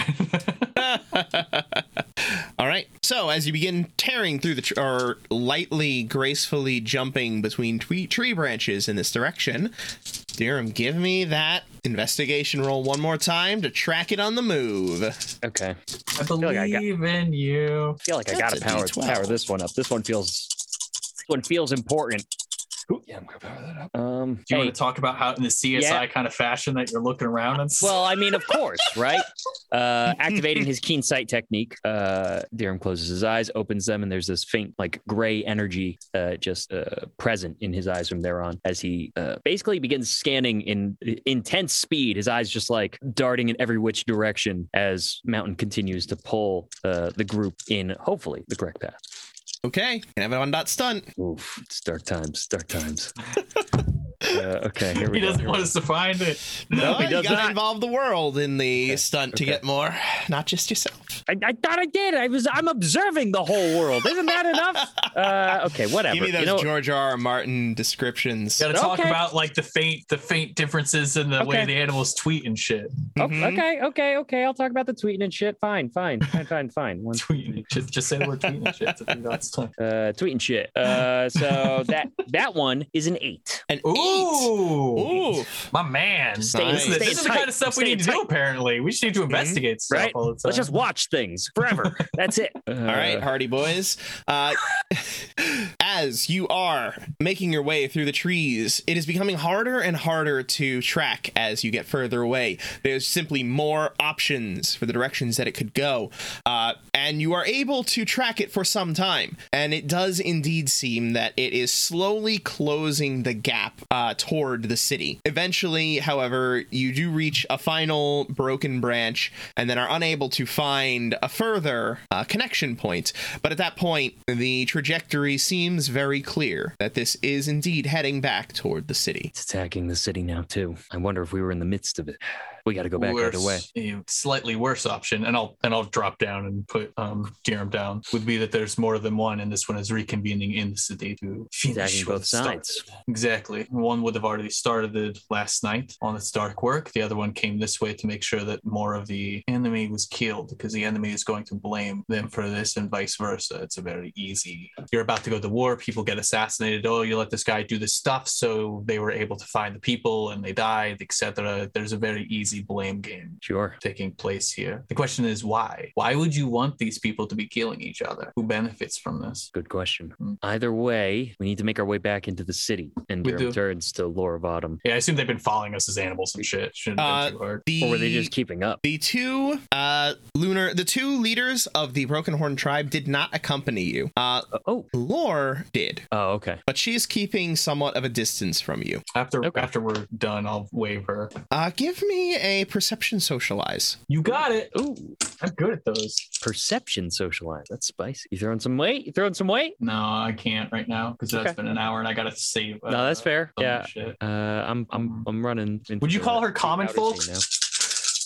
[SPEAKER 2] Right.
[SPEAKER 4] All right. So as you begin tearing through the tr- or lightly, gracefully jumping between twee tree branches in this direction, Durham, give me that investigation roll one more time to track it on the move.
[SPEAKER 3] Okay.
[SPEAKER 2] I
[SPEAKER 3] like I got-
[SPEAKER 2] believe in you.
[SPEAKER 3] feel like I
[SPEAKER 4] That's
[SPEAKER 3] gotta
[SPEAKER 4] a
[SPEAKER 3] power
[SPEAKER 4] D12.
[SPEAKER 3] power this one up. This one feels this one feels important. Ooh, yeah, I'm gonna power that up. Um,
[SPEAKER 2] Do you
[SPEAKER 3] hey,
[SPEAKER 2] want to talk about how in the CSI
[SPEAKER 3] Yeah.
[SPEAKER 2] kind of fashion that you're looking around and stuff?
[SPEAKER 3] well, I mean, of course, right? Uh, activating his keen sight technique, uh, Dirham closes his eyes, opens them, and there's this faint, like gray energy uh, just uh, present in his eyes from there on as he uh, basically begins scanning in intense speed. His eyes just like darting in every which direction as Mountain continues to pull uh, the group in, hopefully, the correct path.
[SPEAKER 4] Okay, can have it on dot stunt.
[SPEAKER 3] Oof, it's dark times, dark times. uh, okay, here we
[SPEAKER 2] he
[SPEAKER 3] go.
[SPEAKER 2] doesn't
[SPEAKER 3] here
[SPEAKER 2] want
[SPEAKER 3] we
[SPEAKER 2] us to find it.
[SPEAKER 4] No,
[SPEAKER 3] he
[SPEAKER 4] you
[SPEAKER 3] does
[SPEAKER 4] gotta
[SPEAKER 3] not.
[SPEAKER 4] involve the world in the stunt to
[SPEAKER 3] okay.
[SPEAKER 4] get more, not just yourself.
[SPEAKER 3] go. I, I thought I did. I was. I'm observing the whole world. Isn't that enough? Uh, okay, whatever.
[SPEAKER 4] Give me those
[SPEAKER 3] you know,
[SPEAKER 4] George R. R. Martin descriptions.
[SPEAKER 2] Got to talk
[SPEAKER 3] Okay.
[SPEAKER 2] about like the faint, the faint differences in the way
[SPEAKER 3] Okay.
[SPEAKER 2] the animals tweet and shit.
[SPEAKER 3] oh,
[SPEAKER 4] Mhm.
[SPEAKER 3] Okay, okay, okay. I'll talk about the tweeting and shit. Fine, fine, fine, fine, fine. One,
[SPEAKER 2] Tweet, just, just say the word tweet and shit. It's a thing that's tough.
[SPEAKER 3] uh, tweeting shit. Uh, so that that one is an eight.
[SPEAKER 4] An
[SPEAKER 2] Ooh,
[SPEAKER 4] Eight.
[SPEAKER 2] Ooh,
[SPEAKER 4] Ooh.
[SPEAKER 2] my man.
[SPEAKER 3] Stay-
[SPEAKER 2] This is,
[SPEAKER 1] stay
[SPEAKER 2] this is the kind
[SPEAKER 3] tight.
[SPEAKER 2] of stuff
[SPEAKER 3] Stay
[SPEAKER 2] we need to
[SPEAKER 3] tight. Mm-hmm.
[SPEAKER 2] do. Apparently, we just need to investigate stuff
[SPEAKER 3] Right?
[SPEAKER 2] all the time.
[SPEAKER 3] Let's just watch things forever. That's it. Uh,
[SPEAKER 4] All right, Hardy Boys. Uh, as you are making your way through the trees, it is becoming harder and harder to track as you get further away. There's simply more options for the directions that it could go, uh, and you are able to track it for some time. And it does indeed seem that it is slowly closing the gap uh, toward the city. Eventually, however, you do reach a final broken branch and then are unable to find a further uh, connection point. But at that point, the trajectory seems very clear that this is indeed heading back toward the city.
[SPEAKER 3] It's attacking the city now too. I wonder if we were in the midst of it. We got to go back
[SPEAKER 2] worse,
[SPEAKER 3] right away.
[SPEAKER 2] yeah, Slightly worse option, and I'll and I'll drop down and put um Jerem down. Would be that there's more than one, and this one is reconvening in the city to finish
[SPEAKER 3] Attacking
[SPEAKER 2] what
[SPEAKER 3] both
[SPEAKER 2] it started.
[SPEAKER 3] sides.
[SPEAKER 2] Exactly. One would have already started it last night on its dark work. The other one came this way to make sure that more of the enemy was killed, because the enemy is going to blame them for this and vice versa. It's a very easy. You're about to go to war. People get assassinated. Oh, you let this guy do this stuff, so they were able to find the people and they died, etc. There's a very easy blame game
[SPEAKER 3] Sure.
[SPEAKER 2] taking place here. The question is why? Why would you want these people to be killing each other? Who benefits from this?
[SPEAKER 3] Good question.
[SPEAKER 2] Hmm.
[SPEAKER 3] Either way, we need to make our way back into the city. And
[SPEAKER 2] We
[SPEAKER 3] Durham
[SPEAKER 2] do.
[SPEAKER 3] turns to Laura Bottom.
[SPEAKER 2] Yeah, I assume they've been following us as animals and shit. Shouldn't have been too hard.
[SPEAKER 4] The,
[SPEAKER 3] Or were they just keeping up?
[SPEAKER 4] the two uh, lunar, the two leaders of the Broken Horn tribe did not accompany you. Uh,
[SPEAKER 3] Oh.
[SPEAKER 4] Lore did,
[SPEAKER 3] Oh, okay.
[SPEAKER 4] but she is keeping somewhat of a distance from you.
[SPEAKER 2] After
[SPEAKER 3] Okay.
[SPEAKER 2] after we're done, I'll wave her.
[SPEAKER 4] Uh, give me a perception socialize.
[SPEAKER 2] You got it.
[SPEAKER 3] Ooh,
[SPEAKER 2] I'm good at those.
[SPEAKER 3] perception socialize. That's spicy. You throwing some weight? You throwing some weight?
[SPEAKER 2] No, I can't right now because that's
[SPEAKER 3] Okay.
[SPEAKER 2] been an hour and I gotta save. uh,
[SPEAKER 3] No, that's fair.
[SPEAKER 2] some
[SPEAKER 3] Yeah.
[SPEAKER 2] shit.
[SPEAKER 3] Uh, I'm I'm I'm running. into
[SPEAKER 2] um, mm. Would you call
[SPEAKER 3] the-
[SPEAKER 2] her common
[SPEAKER 3] the outer
[SPEAKER 2] folk?
[SPEAKER 3] sea now.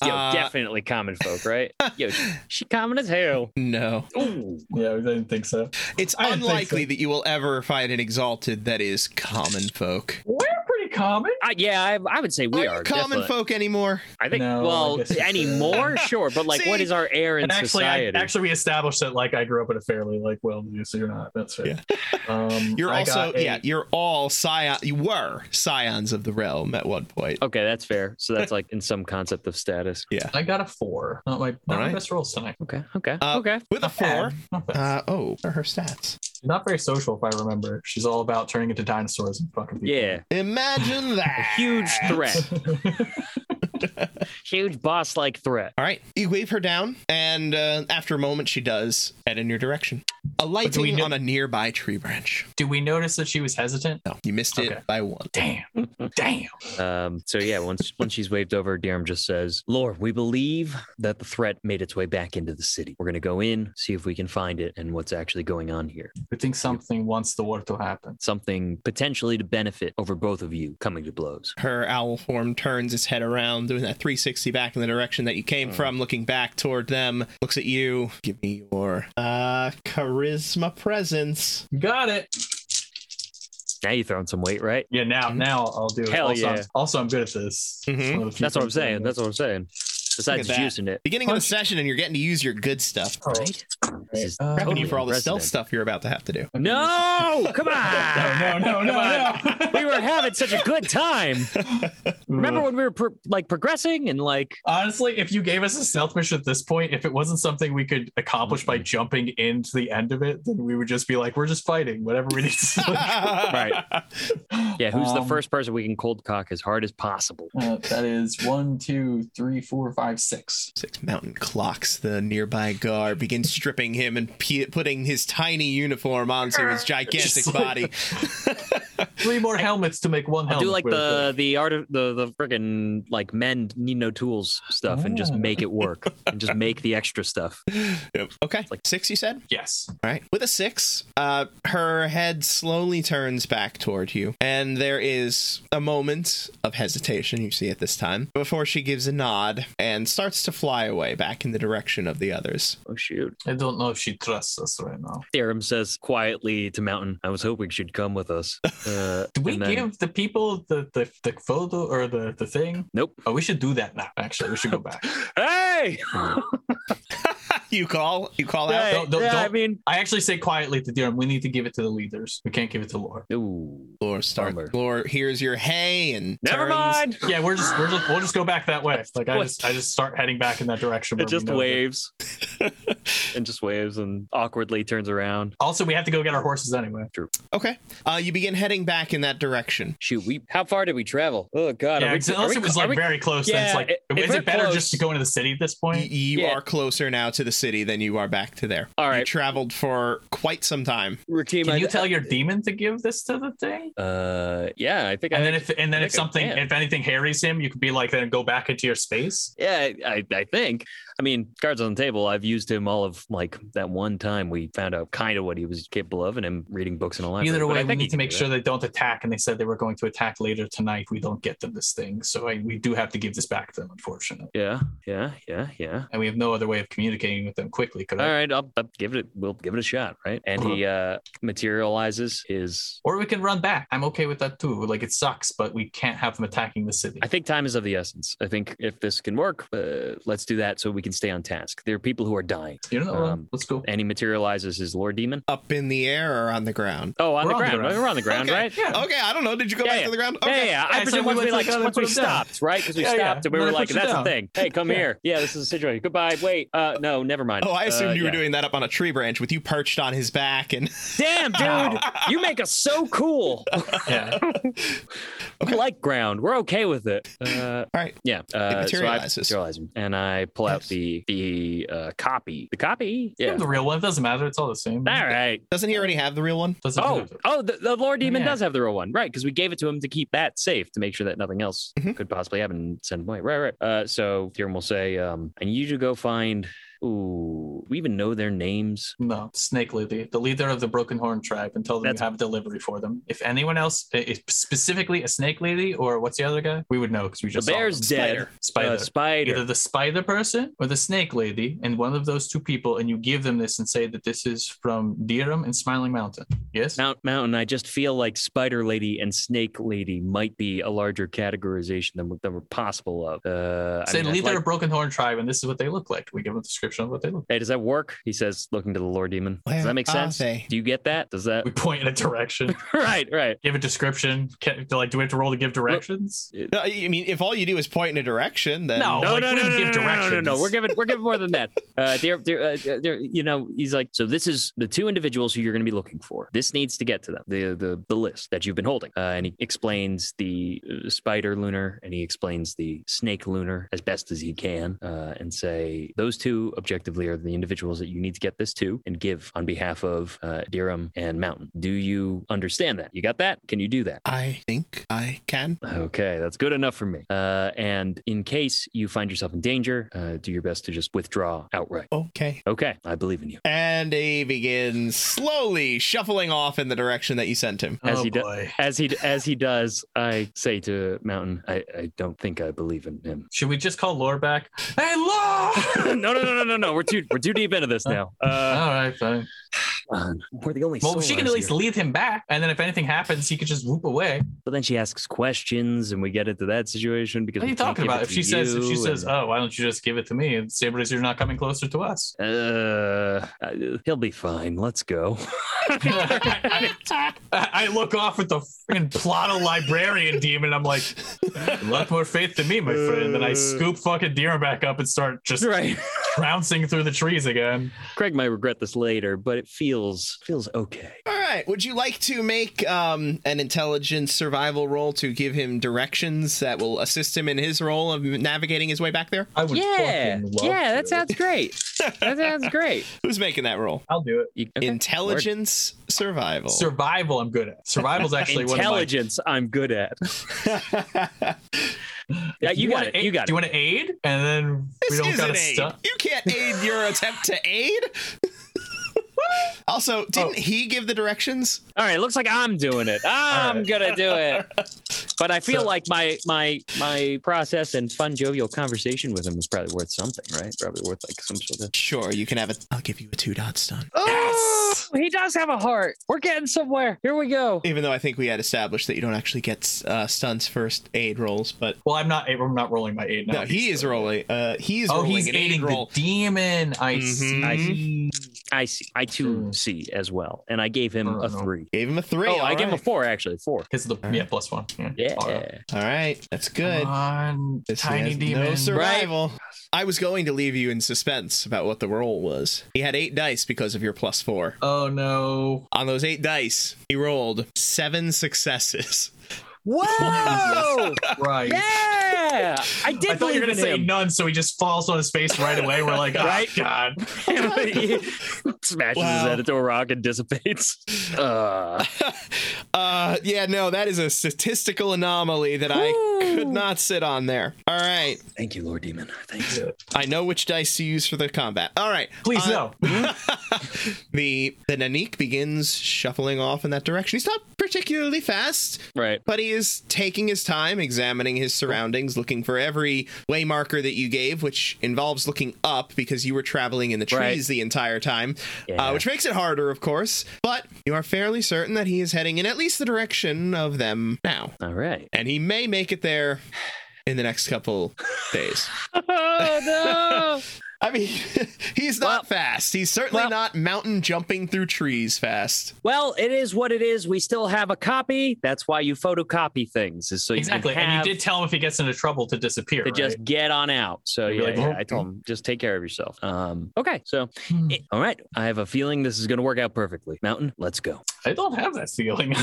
[SPEAKER 3] Yo,
[SPEAKER 4] Uh,
[SPEAKER 3] definitely common folk, right? Yo, she, she common as hell.
[SPEAKER 4] No.
[SPEAKER 3] Ooh,
[SPEAKER 2] Yeah, I didn't think so.
[SPEAKER 4] It's
[SPEAKER 2] I didn't think
[SPEAKER 4] unlikely
[SPEAKER 2] so.
[SPEAKER 4] that you will ever find an exalted that is common folk.
[SPEAKER 2] We're pretty common.
[SPEAKER 3] I, yeah, I, I would say we
[SPEAKER 4] are
[SPEAKER 3] are,
[SPEAKER 4] you common
[SPEAKER 3] definitely.
[SPEAKER 4] folk anymore?
[SPEAKER 3] I think.
[SPEAKER 2] No, I
[SPEAKER 3] well,
[SPEAKER 2] guess it's, uh,
[SPEAKER 3] anymore, sure, but like, what
[SPEAKER 4] See?
[SPEAKER 3] is our air in
[SPEAKER 2] and actually, I,
[SPEAKER 3] society?
[SPEAKER 2] actually, we established that like I grew up in a fairly like well-to-do, so you're not. That's fair.
[SPEAKER 4] Yeah.
[SPEAKER 2] Um,
[SPEAKER 4] You're
[SPEAKER 2] I
[SPEAKER 4] also
[SPEAKER 2] got a-
[SPEAKER 4] yeah, you're all scion you were scions of the realm at one point.
[SPEAKER 3] okay, that's fair. So that's like in some concept of status.
[SPEAKER 2] I got a four. Not my, not my
[SPEAKER 4] Alright.
[SPEAKER 2] best roll tonight.
[SPEAKER 3] Okay, okay,
[SPEAKER 4] Uh,
[SPEAKER 3] okay.
[SPEAKER 4] With a
[SPEAKER 2] Not bad.
[SPEAKER 4] four.
[SPEAKER 2] Not bad.
[SPEAKER 4] Uh, oh, what are her stats?
[SPEAKER 2] Not very social, if I remember. She's all about turning into dinosaurs and fucking people.
[SPEAKER 3] Yeah,
[SPEAKER 4] Imagine
[SPEAKER 3] a
[SPEAKER 4] that.
[SPEAKER 3] huge threat, huge boss-like threat.
[SPEAKER 4] All right, you wave her down, and uh, after a moment, she does head in your direction, alighting
[SPEAKER 2] we know-
[SPEAKER 4] on a nearby tree branch.
[SPEAKER 2] Did we notice that she was hesitant?
[SPEAKER 4] No, you missed it
[SPEAKER 2] Okay.
[SPEAKER 4] by one.
[SPEAKER 2] Damn. Damn.
[SPEAKER 3] Um, so yeah, once once she's waved over, Dirham just says, "Lord, we believe that the threat made its way back into the city. We're gonna go in, see if we can find it, and what's actually going on here.
[SPEAKER 2] We think something wants the war to happen.
[SPEAKER 3] Something potentially to benefit over both of you coming to blows."
[SPEAKER 4] her owl form turns its head around, doing that 360 back in the direction that you came
[SPEAKER 2] Hmm.
[SPEAKER 4] from, looking back toward them, looks at you. Give me your uh charisma presence.
[SPEAKER 2] Got it.
[SPEAKER 3] Now you're throwing some weight, right?
[SPEAKER 2] Yeah, now now I'll do it.
[SPEAKER 3] Mm-hmm. Hell
[SPEAKER 2] also,
[SPEAKER 3] yeah. Mm-hmm.
[SPEAKER 2] I'm, also, I'm good at this. It's
[SPEAKER 4] Mhm.
[SPEAKER 2] one of the few
[SPEAKER 3] That's what I'm
[SPEAKER 2] things that
[SPEAKER 3] saying.
[SPEAKER 2] know.
[SPEAKER 3] That's what I'm saying. Besides
[SPEAKER 4] that.
[SPEAKER 3] juicing it,
[SPEAKER 4] Beginning of the session, and you're getting to use your good stuff.
[SPEAKER 2] Oh,
[SPEAKER 3] right? This is
[SPEAKER 2] Uh,
[SPEAKER 4] Prepping
[SPEAKER 3] totally
[SPEAKER 4] you for all the
[SPEAKER 3] unprecedented.
[SPEAKER 4] stealth stuff you're about to have to do.
[SPEAKER 3] No, come on.
[SPEAKER 2] No, no, no, no, no.
[SPEAKER 3] We were having such a good time. Remember when we were pro- like progressing and like
[SPEAKER 2] Honestly, if you gave us a stealth mission at this point, if it wasn't something we could accomplish
[SPEAKER 3] Mm-hmm.
[SPEAKER 2] by jumping into the end of it, then we would just be like, we're just fighting, whatever we need to.
[SPEAKER 3] yeah, who's the
[SPEAKER 2] Um,
[SPEAKER 3] first person we can cold cock as hard as possible?
[SPEAKER 2] Uh, that is one, two, three, four, five, six.
[SPEAKER 4] Six mountain clocks. The nearby guard begins stripping him and pe- putting his tiny uniform onto his gigantic
[SPEAKER 2] Just like-
[SPEAKER 4] body.
[SPEAKER 2] Three more helmets to make one
[SPEAKER 3] I'll
[SPEAKER 2] helmet.
[SPEAKER 3] do like
[SPEAKER 2] with.
[SPEAKER 3] the the art of the the friggin' like men need no tools stuff and just
[SPEAKER 2] Ah.
[SPEAKER 3] make it work and just make the extra stuff.
[SPEAKER 4] Yep. Okay, six. You said.
[SPEAKER 2] Yes.
[SPEAKER 4] All right. With a six, uh, her head slowly turns back toward you, and there is a moment of hesitation you see at this time before she gives a nod and starts to fly away back in the direction of the others.
[SPEAKER 3] Oh shoot!
[SPEAKER 2] I don't know if she trusts us right now.
[SPEAKER 3] Theorem says quietly to Mountain, "I was hoping she'd come with us." Uh,
[SPEAKER 2] Do we
[SPEAKER 3] and then-
[SPEAKER 2] give the people the, the, the photo or the, the thing?
[SPEAKER 3] Nope.
[SPEAKER 2] Oh, we should do that now, actually. We should go back.
[SPEAKER 3] Hey!
[SPEAKER 4] You call. You call
[SPEAKER 3] Hey,
[SPEAKER 4] out.
[SPEAKER 2] Don't- don't-
[SPEAKER 3] yeah, I
[SPEAKER 2] don't-
[SPEAKER 3] mean,
[SPEAKER 2] I actually say quietly to Durham, we need to give it to the leaders. We can't give it to Laura.
[SPEAKER 3] ooh,
[SPEAKER 4] Lore Stark
[SPEAKER 3] Lumber.
[SPEAKER 4] Lore hears your hey and
[SPEAKER 3] Never
[SPEAKER 4] turns.
[SPEAKER 3] mind.
[SPEAKER 2] Yeah, we're just we're just we'll just go back that way. Like I
[SPEAKER 3] What?
[SPEAKER 2] just I just start heading back in that direction.
[SPEAKER 3] It
[SPEAKER 2] where we
[SPEAKER 3] just
[SPEAKER 2] know that-
[SPEAKER 3] waves. and just waves and awkwardly turns around.
[SPEAKER 2] Also, we have to go get our horses anyway.
[SPEAKER 4] Okay. Uh, you begin heading back in that direction.
[SPEAKER 3] Shoot, we how far did we travel? Oh god,
[SPEAKER 2] Yeah,
[SPEAKER 3] are we,
[SPEAKER 2] exa-
[SPEAKER 3] are
[SPEAKER 2] unless
[SPEAKER 3] we-
[SPEAKER 2] it was
[SPEAKER 3] are
[SPEAKER 2] like
[SPEAKER 3] we-
[SPEAKER 2] very close, then it's
[SPEAKER 3] Yeah,
[SPEAKER 2] like,
[SPEAKER 3] i- if
[SPEAKER 2] is
[SPEAKER 3] we're
[SPEAKER 2] it better just
[SPEAKER 3] close-
[SPEAKER 2] to go into the city at this
[SPEAKER 4] Y-
[SPEAKER 2] point?
[SPEAKER 4] You
[SPEAKER 3] Yeah.
[SPEAKER 4] are closer now to the city than you are back to there.
[SPEAKER 3] All
[SPEAKER 4] You
[SPEAKER 3] right,
[SPEAKER 4] traveled for quite some time.
[SPEAKER 3] Rakim.
[SPEAKER 2] Can
[SPEAKER 3] I-
[SPEAKER 2] you tell your demon to give this to the thing?
[SPEAKER 3] Uh, yeah, I think I
[SPEAKER 2] And then if and then
[SPEAKER 3] I
[SPEAKER 2] if
[SPEAKER 3] think I
[SPEAKER 2] something
[SPEAKER 3] can.
[SPEAKER 2] if anything harries him, you could be like then go back into your space.
[SPEAKER 3] Yeah, I, I think. I mean, cards on the table. I've used him all of like that one time we found out kind of what he was capable of, and him reading books in a library.
[SPEAKER 2] Either
[SPEAKER 3] But I
[SPEAKER 2] way, we
[SPEAKER 3] think
[SPEAKER 2] need
[SPEAKER 3] he
[SPEAKER 2] to
[SPEAKER 3] can
[SPEAKER 2] make
[SPEAKER 3] do
[SPEAKER 2] sure
[SPEAKER 3] that.
[SPEAKER 2] they don't attack. And they said they were going to attack later tonight. We don't get them this thing, so I, we do have to give this back to them, unfortunately.
[SPEAKER 3] Yeah, yeah, yeah, yeah.
[SPEAKER 2] And we have no other way of communicating with them quickly. Could
[SPEAKER 3] All
[SPEAKER 2] I?
[SPEAKER 3] right, I'll, I'll give it. We'll give it a shot, right? And he
[SPEAKER 2] Uh-huh.
[SPEAKER 3] uh materializes his.
[SPEAKER 2] Or we can run back. I'm okay with that too. Like it sucks, but we can't have them attacking the city.
[SPEAKER 3] I think time is of the essence. I think if this can work, uh, let's do that so we can stay on task. There are people who are dying,
[SPEAKER 2] You know, what?
[SPEAKER 3] Um,
[SPEAKER 2] let's go.
[SPEAKER 3] and he materializes his Lord Demon.
[SPEAKER 4] Up in the air or on the ground?
[SPEAKER 3] Oh, on
[SPEAKER 2] We're
[SPEAKER 3] the ground. We're on the ground,
[SPEAKER 4] Okay.
[SPEAKER 3] right?
[SPEAKER 2] Yeah.
[SPEAKER 4] Okay, I don't know. Did you go
[SPEAKER 3] Yeah,
[SPEAKER 4] back
[SPEAKER 3] yeah.
[SPEAKER 4] to the ground?
[SPEAKER 3] Yeah,
[SPEAKER 4] Okay.
[SPEAKER 3] yeah,
[SPEAKER 2] Yeah,
[SPEAKER 3] I
[SPEAKER 2] so
[SPEAKER 3] presume
[SPEAKER 2] we
[SPEAKER 3] once
[SPEAKER 2] went
[SPEAKER 3] we
[SPEAKER 2] to
[SPEAKER 3] like
[SPEAKER 2] the other
[SPEAKER 3] once we
[SPEAKER 2] put 'em down.
[SPEAKER 3] stopped, right? Because we
[SPEAKER 2] Yeah,
[SPEAKER 3] stopped
[SPEAKER 2] yeah.
[SPEAKER 3] and we
[SPEAKER 2] Then
[SPEAKER 3] were
[SPEAKER 2] I
[SPEAKER 3] like,
[SPEAKER 2] put 'em
[SPEAKER 3] "That's the
[SPEAKER 2] down.
[SPEAKER 3] thing. Hey, come
[SPEAKER 2] Yeah.
[SPEAKER 3] here. Yeah, this is a situation. Goodbye. Wait. Uh, no, never mind.
[SPEAKER 4] Oh, I assumed
[SPEAKER 3] Uh,
[SPEAKER 4] you were
[SPEAKER 3] yeah.
[SPEAKER 4] doing that up on a tree branch with you perched on his back and
[SPEAKER 3] Damn, dude, you make us so cool.
[SPEAKER 2] Yeah.
[SPEAKER 3] We like ground. We're okay with it. Uh,
[SPEAKER 4] All right.
[SPEAKER 3] Yeah. Uh, so I
[SPEAKER 4] materializes.
[SPEAKER 3] materialize him, and I pull out the the uh, copy. The copy.
[SPEAKER 2] Give
[SPEAKER 3] Yeah.
[SPEAKER 2] him the real one. It doesn't matter. It's all the same.
[SPEAKER 3] All right.
[SPEAKER 4] doesn't he already have the real one?
[SPEAKER 2] Doesn't
[SPEAKER 3] Oh,
[SPEAKER 2] matter.
[SPEAKER 3] oh, the, the Lord Demon
[SPEAKER 2] Yeah.
[SPEAKER 3] does have the real one, right? Because we gave it to him to keep that safe to make sure that nothing else could possibly happen. and Send him away, right? Right. Uh, so Theorem will say, um, "I need you to go find." Ooh, we even know their names.
[SPEAKER 2] No, Snake Lady, the leader of the Broken Horn tribe, and tell them
[SPEAKER 3] That's-
[SPEAKER 2] you have a delivery for them. If anyone else, i- if specifically a Snake Lady or what's the other guy, we would know because we
[SPEAKER 3] The
[SPEAKER 2] just saw
[SPEAKER 3] bear's
[SPEAKER 2] them.
[SPEAKER 3] dead.
[SPEAKER 2] Spider.
[SPEAKER 3] Uh, spider.
[SPEAKER 2] Either the spider person or the snake lady, and one of those two people, and you give them this and say that this is from Dirham and Smiling Mountain. Yes?
[SPEAKER 3] Mount Mountain. I just feel like Spider Lady and Snake Lady might be a larger categorization than we're- than we're possible of. Uh, I
[SPEAKER 2] say
[SPEAKER 3] mean, I'd
[SPEAKER 2] leader
[SPEAKER 3] like-
[SPEAKER 2] of Broken Horn tribe, and this is what they look like. We give them a description of what they look
[SPEAKER 3] Hey, does that work? He says, looking to the Lord Demon. does that make
[SPEAKER 4] Where are
[SPEAKER 3] sense?
[SPEAKER 4] they?
[SPEAKER 3] Do you get that? Does
[SPEAKER 2] like.
[SPEAKER 3] that?
[SPEAKER 2] We point in a direction,
[SPEAKER 3] right, right.
[SPEAKER 2] give a description. Can, like, do we have to roll to give directions?
[SPEAKER 4] No, I mean, if all you do is point in a direction, then
[SPEAKER 2] No.
[SPEAKER 3] No,
[SPEAKER 2] like,
[SPEAKER 3] no,
[SPEAKER 2] we
[SPEAKER 3] no, no,
[SPEAKER 2] didn't
[SPEAKER 3] no,
[SPEAKER 2] give
[SPEAKER 3] no, no, no, no.
[SPEAKER 2] directions.
[SPEAKER 3] We're giving, we're giving more than that. Uh, dear, dear, uh, dear, you know, he's like, so this is the two individuals who you're going to be looking for. This needs to get to them. The the, the list that you've been holding. Uh, and he explains the uh, spider lunar, and he explains the snake lunar as best as he can, uh, and say those two objectively are the individuals that you need to get this to and give on behalf of uh, Dirham and Mountain. Do you understand that? You got that? Can you do that?
[SPEAKER 4] I think I can.
[SPEAKER 3] Okay, that's good enough for me. Uh, and in case you find yourself in danger, uh, do your best to just withdraw outright.
[SPEAKER 4] Okay.
[SPEAKER 3] Okay, I believe in you.
[SPEAKER 4] And he begins slowly shuffling off in the direction that you sent him.
[SPEAKER 3] As
[SPEAKER 2] oh,
[SPEAKER 3] he do-
[SPEAKER 2] boy.
[SPEAKER 3] As he as he does, I say to Mountain, I, I don't think I believe in him.
[SPEAKER 2] Should we just call Lore back? Hey, Lore!
[SPEAKER 3] no, no, no, no, no, no. We're too we're too deep into this now. Uh,
[SPEAKER 2] All right, fine.
[SPEAKER 3] uh, we're the only.
[SPEAKER 2] Well, she can
[SPEAKER 3] Solars
[SPEAKER 2] at least
[SPEAKER 3] here.
[SPEAKER 2] lead him back, and then if anything happens, he could just whoop away.
[SPEAKER 3] But then she asks questions, and we get into that situation because
[SPEAKER 2] What are
[SPEAKER 3] we
[SPEAKER 2] you
[SPEAKER 3] can't
[SPEAKER 2] talking
[SPEAKER 3] give it
[SPEAKER 2] about? If
[SPEAKER 3] to
[SPEAKER 2] she says, if she
[SPEAKER 3] you,
[SPEAKER 2] says,
[SPEAKER 3] and-
[SPEAKER 2] oh, why don't you just give it to me? And Sabres, you're not coming closer to us.
[SPEAKER 3] uh, uh, he'll be fine. Let's go.
[SPEAKER 2] I, I look off at the freaking Plotto librarian demon. I'm like, a lot more faith than me, my friend. And then I scoop fucking Deer back up and start just
[SPEAKER 3] right.
[SPEAKER 2] trouncing through the trees again.
[SPEAKER 3] Craig might regret this later, but it feels feels okay.
[SPEAKER 4] All right. Would you like to make um, an intelligence survival roll to give him directions that will assist him in his role of navigating his way back there?
[SPEAKER 2] I would
[SPEAKER 3] Yeah,
[SPEAKER 2] fucking love
[SPEAKER 3] yeah, that
[SPEAKER 2] to.
[SPEAKER 3] sounds great. That sounds great.
[SPEAKER 4] Who's making that roll?
[SPEAKER 2] I'll do it.
[SPEAKER 3] You- okay.
[SPEAKER 4] Intelligence
[SPEAKER 3] Oh.
[SPEAKER 4] survival.
[SPEAKER 2] Survival, I'm good at. Survival's actually one of my.
[SPEAKER 3] Intelligence, I'm good at. yeah, you, got
[SPEAKER 2] wanna
[SPEAKER 3] it.
[SPEAKER 2] aid-
[SPEAKER 3] You got
[SPEAKER 2] Do
[SPEAKER 3] it.
[SPEAKER 2] you want to aid? And then we
[SPEAKER 4] This
[SPEAKER 2] don't
[SPEAKER 4] is
[SPEAKER 2] got
[SPEAKER 4] an
[SPEAKER 2] to
[SPEAKER 4] aid.
[SPEAKER 2] stuff.
[SPEAKER 4] You can't aid your attempt to aid. also,
[SPEAKER 2] Oh.
[SPEAKER 4] didn't he give the directions?
[SPEAKER 3] All right, looks like I'm doing it. I'm
[SPEAKER 2] right.
[SPEAKER 3] gonna do it. But I feel
[SPEAKER 2] So-
[SPEAKER 3] like my my my process and fun jovial conversation with him is probably worth something, right? Probably worth like some sort of.
[SPEAKER 4] Sure, you can have it. I'll give you a two dot stun.
[SPEAKER 2] Yes!
[SPEAKER 3] Oh, he does have a heart. We're getting somewhere. Here we go.
[SPEAKER 4] Even though I think we had established that you don't actually get uh, stuns first aid rolls, but
[SPEAKER 2] Well, I'm not. I'm not rolling my aid now.
[SPEAKER 4] no, he is rolling. Uh, he is
[SPEAKER 2] oh,
[SPEAKER 4] rolling
[SPEAKER 2] he's
[SPEAKER 4] an
[SPEAKER 2] aiding
[SPEAKER 4] aid roll.
[SPEAKER 2] the demon. I
[SPEAKER 4] Mhm.
[SPEAKER 2] see.
[SPEAKER 3] I see. I see. I too
[SPEAKER 2] Hmm.
[SPEAKER 3] see as well, and I gave him
[SPEAKER 2] I don't
[SPEAKER 3] a
[SPEAKER 2] know.
[SPEAKER 3] three.
[SPEAKER 4] Gave him a three.
[SPEAKER 3] Oh, I gave him a
[SPEAKER 4] alright.
[SPEAKER 3] four actually. Four.
[SPEAKER 2] Because the yeah plus one.
[SPEAKER 3] Yeah.
[SPEAKER 2] Alright.
[SPEAKER 4] All right, that's good.
[SPEAKER 2] Come on,
[SPEAKER 4] This
[SPEAKER 2] tiny
[SPEAKER 4] has
[SPEAKER 2] demon.
[SPEAKER 4] No survival. I was going to leave you in suspense about what the roll was. He had eight dice because of your plus four.
[SPEAKER 2] oh no.
[SPEAKER 4] On those eight dice, he rolled seven successes.
[SPEAKER 3] Whoa!
[SPEAKER 2] Right.
[SPEAKER 3] yeah, I did
[SPEAKER 2] I thought you were
[SPEAKER 3] believe
[SPEAKER 2] gonna
[SPEAKER 3] in
[SPEAKER 2] say
[SPEAKER 3] him.
[SPEAKER 2] none, so he just falls on his face right away. We're like, oh,
[SPEAKER 3] Right?
[SPEAKER 2] God.
[SPEAKER 3] He Smashes
[SPEAKER 4] Wow.
[SPEAKER 3] his head into a rock and dissipates. Uh,
[SPEAKER 4] Uh, yeah, no, that is a statistical anomaly that I could not sit on there. All right,
[SPEAKER 3] thank you, Lord Demon. Thanks.
[SPEAKER 4] I know which dice to use for the combat. All right,
[SPEAKER 2] Please
[SPEAKER 4] Uh,
[SPEAKER 2] no.
[SPEAKER 4] The the Nanik begins shuffling off in that direction. He's not particularly fast,
[SPEAKER 3] Right.
[SPEAKER 4] but he is taking his time, examining his surroundings, looking for every way marker that you gave, which involves looking up because you were traveling in the trees
[SPEAKER 3] Right.
[SPEAKER 4] the entire time,
[SPEAKER 3] Yeah.
[SPEAKER 4] uh, which makes it harder, of course. But you are fairly certain that he is heading in at least the direction of them now,
[SPEAKER 3] All right.
[SPEAKER 4] and he may make it there in the next couple days.
[SPEAKER 3] Oh no!
[SPEAKER 4] I mean, he's not
[SPEAKER 3] Well-
[SPEAKER 4] fast. He's certainly
[SPEAKER 3] well-
[SPEAKER 4] not mountain jumping through trees fast.
[SPEAKER 3] Well, it is what it is. We still have a copy. That's why you photocopy things, is so
[SPEAKER 2] Exactly.
[SPEAKER 3] you can have
[SPEAKER 2] And you did tell him if he gets into trouble to disappear.
[SPEAKER 3] to
[SPEAKER 2] right?
[SPEAKER 3] just get on out. So
[SPEAKER 2] You'd be
[SPEAKER 3] yeah,
[SPEAKER 2] like,
[SPEAKER 3] yeah,
[SPEAKER 2] "Well,
[SPEAKER 3] I told him just take care of yourself. Um, okay, so
[SPEAKER 2] Hmm.
[SPEAKER 3] eh, all right, I have a feeling this is going to work out perfectly. Mountain, let's go.
[SPEAKER 2] I don't have that feeling.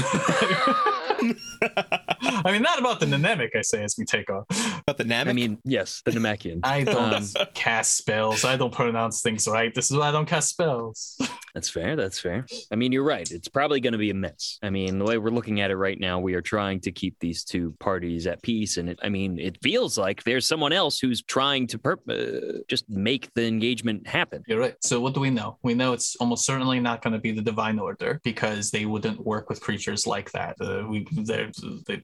[SPEAKER 2] I mean, not about the Nenemic, I say, as we take off.
[SPEAKER 4] But the Namek
[SPEAKER 3] I mean, yes, the Namekian.
[SPEAKER 2] I don't
[SPEAKER 3] Um,
[SPEAKER 2] cast spells. I don't pronounce things right. This is why I don't cast spells.
[SPEAKER 3] That's fair. That's fair. I mean, you're right. It's probably going to be a mess. I mean, the way we're looking at it right now, we are trying to keep these two parties at peace. And it, I mean, it feels like there's someone else who's trying to perp- uh, just make the engagement happen.
[SPEAKER 2] You're right. So what do we know? We know it's almost certainly not going to be the Divine Order because they wouldn't work with creatures like that. Uh, we, they're,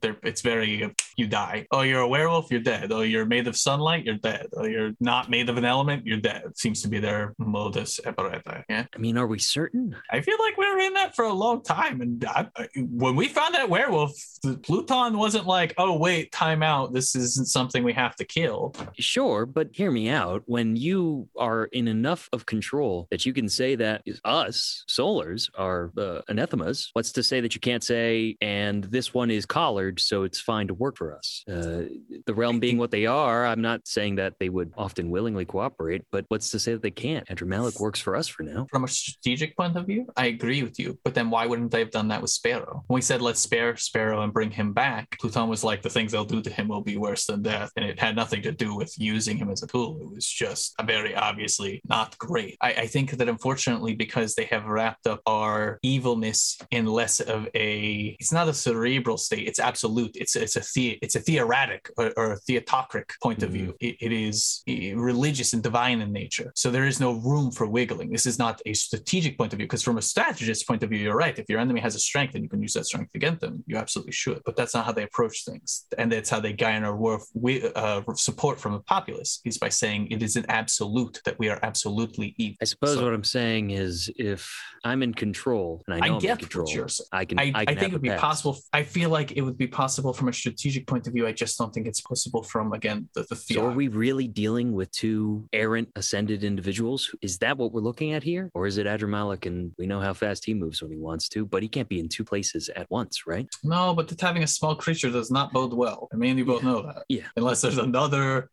[SPEAKER 2] they're, it's very uh, you die. Oh, you're a werewolf, you're dead. Oh, you're made of sunlight, you're dead. Oh, you're not made of an element, you're dead. Seems to be their modus operandi. Yeah,
[SPEAKER 3] I mean, are we certain?
[SPEAKER 2] I feel like we were in that for a long time. And I, I- when we found that werewolf, the Pluton wasn't like, oh wait, time out. This isn't something we have to kill.
[SPEAKER 3] Sure, but hear me out. When you are in enough of control that you can say that us, solars, are uh, anathemas, what's to say that you can't say, and this one is collared, so it's fine to work for us? Uh, the realm being what they are, I'm not saying that they would often willingly cooperate, but what's to say that they can't? Andrew Malik works for us for now.
[SPEAKER 2] from a strategic point of view, I agree with you. But then why wouldn't they have done that with Sparrow? When we said let's spare Sparrow and bring him back, Pluton was like, the things they'll do to him will be worse than death. And it had nothing to do with using him as a tool. It was just very obviously not great. I, I think that unfortunately, because they have wrapped up our evilness in less of a it's not a cerebral state, it's absolute. It's it's a the it's a theoretic or, or a theotocric point of
[SPEAKER 3] Mhm.
[SPEAKER 2] view it, it is eh, religious and divine in nature. So there is no room for wiggling. This is not a strategic point of view, because from a strategist point of view, you're right. If your enemy has a strength and you can use that strength against them, you absolutely should. But that's not how they approach things. And that's how they garner worth, wi- uh, support from the populace, is by saying it is an absolute that we are absolutely evil.
[SPEAKER 3] I suppose
[SPEAKER 2] So
[SPEAKER 3] what I'm saying is if I'm in control, and I know I
[SPEAKER 2] I
[SPEAKER 3] am
[SPEAKER 2] get
[SPEAKER 3] in
[SPEAKER 2] what
[SPEAKER 3] control,
[SPEAKER 2] you're saying.
[SPEAKER 3] I can, I,
[SPEAKER 2] I, I,
[SPEAKER 3] can have
[SPEAKER 2] think it
[SPEAKER 3] the
[SPEAKER 2] would be
[SPEAKER 3] pass.
[SPEAKER 2] possible. I feel like it would be possible from a strategic point of view. I just don't think it's possible from, again, the, the
[SPEAKER 3] So are
[SPEAKER 2] theory.
[SPEAKER 3] we really dealing with two errant ascended individuals? Is that what we're looking at here? Or is it Adramalik and we know how fast he moves when he wants to, but he can't be in two places at once, right?
[SPEAKER 2] No, but that having a small creature does not bode well. I mean, you both know that.
[SPEAKER 3] Yeah.
[SPEAKER 2] Unless there's another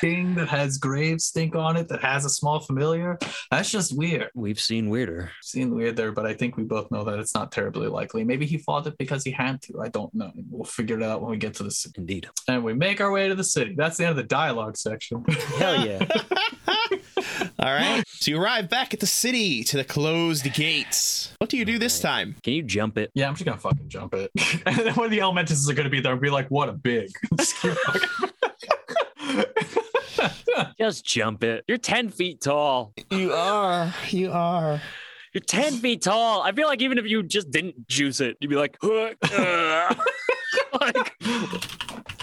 [SPEAKER 2] thing that has grave stink on it that has a small familiar. That's just weird.
[SPEAKER 3] We've seen weirder.
[SPEAKER 2] Seen weird there, but I think we both know that it's not terribly likely. Maybe he fought it because he had to. I don't know. We'll figure it out when we get to the city.
[SPEAKER 3] Indeed.
[SPEAKER 2] And we make our way to the city. That's the end of the dialogue section.
[SPEAKER 3] Hell yeah.
[SPEAKER 4] All right. So you arrive back at the city to the closed gates. What do you do this time?
[SPEAKER 3] Can you jump it?
[SPEAKER 2] yeah, I'm just gonna fucking jump it. and then when the elementists are gonna be there, I'll be like, what a big. Just keep fucking-
[SPEAKER 3] Just jump it. You're 10 feet tall.
[SPEAKER 4] You are. You are.
[SPEAKER 3] You're 10 feet tall. I feel like even if you just didn't juice it, you'd be like, "Huh, uh." like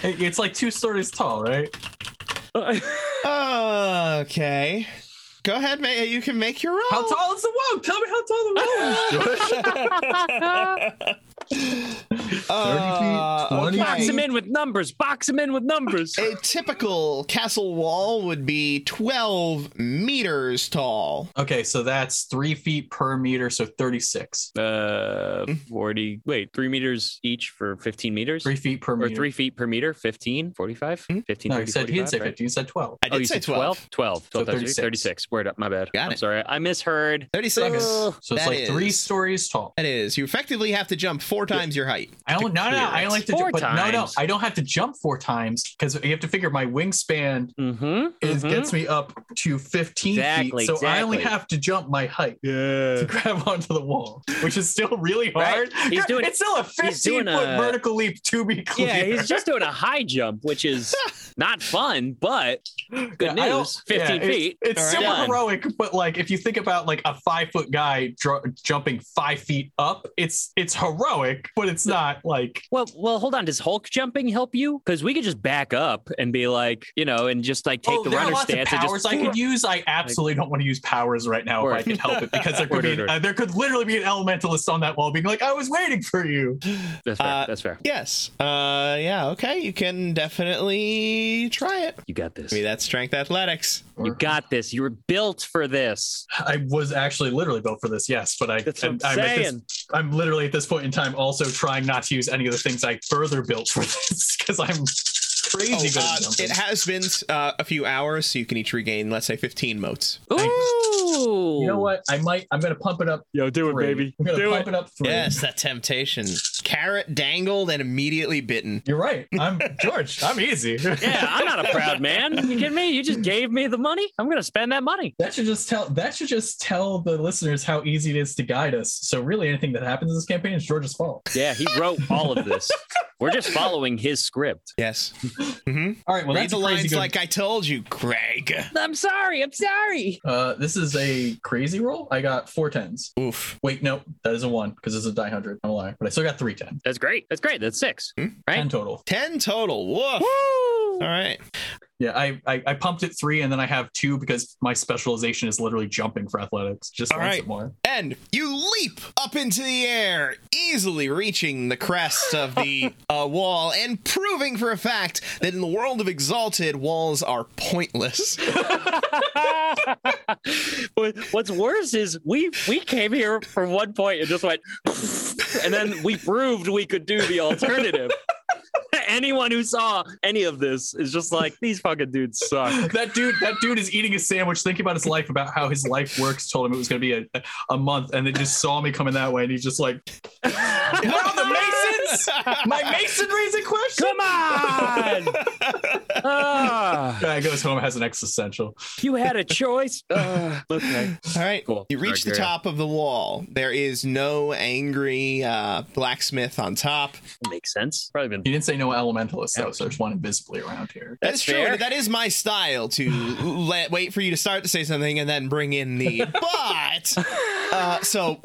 [SPEAKER 2] It- It's like two stories tall, right?
[SPEAKER 3] uh,
[SPEAKER 4] Okay. Go ahead, ma- you can make your roll.
[SPEAKER 3] Oh.
[SPEAKER 2] How tall is the wall? Tell me how tall the wall is. George. 30 feet, 20
[SPEAKER 3] Box him
[SPEAKER 4] Uh, Okay.
[SPEAKER 3] in with numbers. Box him in with numbers.
[SPEAKER 4] A typical castle wall would be 12 meters tall.
[SPEAKER 2] Okay, so that's three feet per meter, so 36.
[SPEAKER 3] Uh, 40. Wait, three meters each for 15 meters?
[SPEAKER 2] Three feet per
[SPEAKER 3] or
[SPEAKER 2] meter.
[SPEAKER 3] three feet per meter? 15, 45? 15,
[SPEAKER 2] Hmm. No, he
[SPEAKER 3] 30,
[SPEAKER 2] said he didn't say
[SPEAKER 3] 45, right?
[SPEAKER 2] 15, he said 12.
[SPEAKER 4] I did
[SPEAKER 3] oh, you
[SPEAKER 4] say
[SPEAKER 3] said
[SPEAKER 4] 12.
[SPEAKER 3] 12? 12. 12
[SPEAKER 2] So
[SPEAKER 3] 36.
[SPEAKER 2] 36.
[SPEAKER 3] Word up. My bad.
[SPEAKER 4] Got
[SPEAKER 3] I'm
[SPEAKER 4] it.
[SPEAKER 3] sorry. I misheard.
[SPEAKER 4] 36.
[SPEAKER 3] Ugh.
[SPEAKER 2] So it's
[SPEAKER 4] That
[SPEAKER 2] like three
[SPEAKER 4] is-
[SPEAKER 2] stories tall.
[SPEAKER 4] That is, you effectively have to jump four times your height.
[SPEAKER 2] I don't, no, no, no, I only have to
[SPEAKER 3] Four
[SPEAKER 2] jump. but No, no,
[SPEAKER 3] times.
[SPEAKER 2] I don't have to jump four times because you have to figure my wingspan
[SPEAKER 3] Mm-hmm.
[SPEAKER 2] is gets me up to 15
[SPEAKER 3] Exactly,
[SPEAKER 2] feet. So I only
[SPEAKER 3] exactly.
[SPEAKER 2] have to jump my height to
[SPEAKER 3] Yeah.
[SPEAKER 2] grab onto the wall, which is still really
[SPEAKER 3] Right.
[SPEAKER 2] hard.
[SPEAKER 3] He's doing-
[SPEAKER 2] it's still a 15
[SPEAKER 3] he's doing
[SPEAKER 2] foot
[SPEAKER 3] a-
[SPEAKER 2] vertical leap to be clear.
[SPEAKER 3] Yeah, he's just doing a high jump, which is not fun, but good
[SPEAKER 2] Yeah, I don't-
[SPEAKER 3] news. 15
[SPEAKER 2] yeah, it's-
[SPEAKER 3] feet.
[SPEAKER 2] It's,
[SPEAKER 4] All right.
[SPEAKER 2] super
[SPEAKER 3] Done.
[SPEAKER 2] heroic, but like if you think about like a five foot guy dr- jumping five feet up, it's it's heroic, but it's not like
[SPEAKER 3] Well, well, hold on. Does Hulk jumping help you? Because we could just back up and be like, you know, and just like take
[SPEAKER 2] oh,
[SPEAKER 3] the
[SPEAKER 2] there are
[SPEAKER 3] runner
[SPEAKER 2] lots
[SPEAKER 3] stance
[SPEAKER 2] of
[SPEAKER 3] and
[SPEAKER 2] powers
[SPEAKER 3] just
[SPEAKER 2] I could use. I absolutely don't want to use powers right now
[SPEAKER 3] Word.
[SPEAKER 2] if I could help it because there could
[SPEAKER 3] Word,
[SPEAKER 2] be
[SPEAKER 3] word, word.
[SPEAKER 2] uh, there could literally be an elementalist on that wall being like, "I was waiting for you."
[SPEAKER 3] That's fair.
[SPEAKER 4] Uh,
[SPEAKER 3] that's fair.
[SPEAKER 4] Yes. Uh, yeah, okay. You can definitely try it.
[SPEAKER 3] You got this.
[SPEAKER 4] I mean, that's strength athletics.
[SPEAKER 3] You got this. You were built for this.
[SPEAKER 2] I was actually literally built for this, yes, but I
[SPEAKER 3] That's what
[SPEAKER 2] I'm
[SPEAKER 3] I'm
[SPEAKER 2] at this-
[SPEAKER 3] saying.
[SPEAKER 2] I'm literally at this point in time also trying not to use any of the things I further built for this because I'm crazy
[SPEAKER 4] Oh,
[SPEAKER 2] good
[SPEAKER 4] uh,
[SPEAKER 2] at jumping.
[SPEAKER 4] it has been uh, a few hours, so you can each regain, let's say, 15 motes.
[SPEAKER 3] Ooh.
[SPEAKER 2] you know what? I might. I'm gonna pump it up.
[SPEAKER 3] Yo, do
[SPEAKER 2] three. I'm gonna pump it. up three.
[SPEAKER 4] Yes, that temptation. Carrot dangled and immediately bitten.
[SPEAKER 2] You're right. I'm George. I'm easy.
[SPEAKER 3] Yeah, I'm not a proud man. You kidding me? You just gave me the money. I'm gonna spend that money.
[SPEAKER 2] That should just tell that should just tell the listeners how easy it is to guide us. So really anything that happens in this campaign is George's fault.
[SPEAKER 3] Yeah, he wrote all of this. We're just following his script.
[SPEAKER 4] Yes. Mm-hmm.
[SPEAKER 2] All right, well
[SPEAKER 4] Read
[SPEAKER 2] that's
[SPEAKER 4] the
[SPEAKER 2] a crazy
[SPEAKER 4] lines
[SPEAKER 2] good-
[SPEAKER 4] like I told you, Craig.
[SPEAKER 3] I'm sorry. I'm sorry.
[SPEAKER 2] uh this is a crazy roll. I got four tens.
[SPEAKER 4] Oof.
[SPEAKER 2] Wait, no, that is a one because it's a die hundred. I'm lying. But I still got three ten.
[SPEAKER 3] That's great. That's great. That's six. Right.
[SPEAKER 2] Ten total.
[SPEAKER 4] 10 total. Woof.
[SPEAKER 3] Woo!
[SPEAKER 4] All right.
[SPEAKER 2] Yeah, I, I I pumped it three and then I have two because my specialization is literally jumping for athletics. Just
[SPEAKER 4] All
[SPEAKER 2] once
[SPEAKER 4] right.
[SPEAKER 2] more.
[SPEAKER 4] And you leap up into the air, easily reaching the crest of the uh, wall and proving for a fact that in the world of exalted, walls are pointless.
[SPEAKER 3] But What's worse is we we came here from one point and just went, and then we proved we could do the alternative. Anyone who saw any of this is just like these fucking dudes suck.
[SPEAKER 2] that dude that dude is eating a sandwich thinking about his life about how his life works told him it was going to be a, a month and they just saw me coming that way and he's just like what are the masons my masonry's in question
[SPEAKER 3] Come on! Ah,
[SPEAKER 2] guy goes home has an existential
[SPEAKER 3] you had a choice. Ah, okay.
[SPEAKER 4] All right.
[SPEAKER 3] Cool.
[SPEAKER 4] You reach
[SPEAKER 3] All
[SPEAKER 4] the
[SPEAKER 3] right,
[SPEAKER 4] top of the wall. There is no angry uh, blacksmith on top.
[SPEAKER 3] Makes sense. Probably been
[SPEAKER 2] he didn't say no elementalist though so there's one invisibly around here
[SPEAKER 4] That's,
[SPEAKER 3] That's
[SPEAKER 4] true.
[SPEAKER 3] fair.
[SPEAKER 4] and That is my style to let wait for you to start to say something and then bring in the but. Uh, so,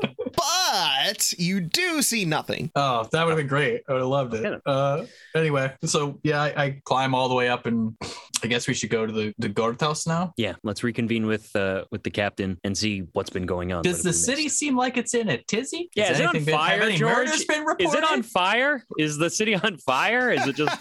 [SPEAKER 4] but you do see nothing.
[SPEAKER 2] Oh, that would have been great. I would have loved
[SPEAKER 3] Yeah.
[SPEAKER 2] it. Uh, anyway, so yeah, I, I climb all the way up, and I guess we should go to the, the guard house now.
[SPEAKER 3] Yeah, let's reconvene with uh, with the captain and see what's been going on.
[SPEAKER 2] Does
[SPEAKER 3] What have
[SPEAKER 2] the
[SPEAKER 3] we missed?
[SPEAKER 2] city seem like it's in a tizzy?
[SPEAKER 3] Yeah,
[SPEAKER 2] Has
[SPEAKER 3] is it on
[SPEAKER 2] anything been- have
[SPEAKER 3] fire,
[SPEAKER 2] any
[SPEAKER 3] George?
[SPEAKER 2] murders been
[SPEAKER 3] Is it on
[SPEAKER 2] reported?
[SPEAKER 3] fire? Is the city on fire? Is it just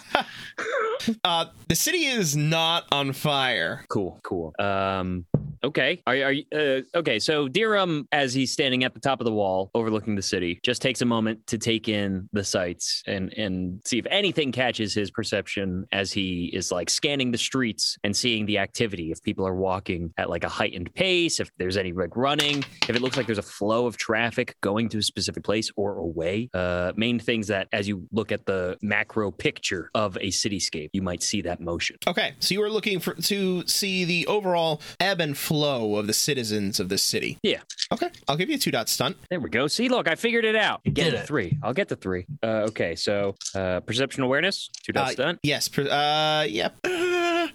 [SPEAKER 4] Uh, the city is not on fire.
[SPEAKER 3] cool? Cool. Um. Okay. Are are you- uh, okay? So Dirham, as he's standing at the top of the wall overlooking the city, just takes a moment to take in the sights and and see if anything catches his perception as he is like scanning the streets and seeing the activity. If people are walking at like a heightened pace, if there's any like running, if it looks like there's a flow of traffic going to a specific place or away. Uh, main things that as you look at the macro picture of a cityscape, you might see that motion.
[SPEAKER 4] Okay, so you are looking for to see the overall ebb and flow of the citizens of this city.
[SPEAKER 3] Yeah.
[SPEAKER 4] Okay, I'll give you a two dot stunt.
[SPEAKER 3] There we go. See, look, I figured it out.
[SPEAKER 2] You
[SPEAKER 3] Get
[SPEAKER 2] did
[SPEAKER 3] the
[SPEAKER 2] it.
[SPEAKER 3] three. I'll get the three. Uh, okay, so uh, perception awareness, two dots
[SPEAKER 4] Uh,
[SPEAKER 3] done.
[SPEAKER 4] Yes. per- Uh, yep. Uh,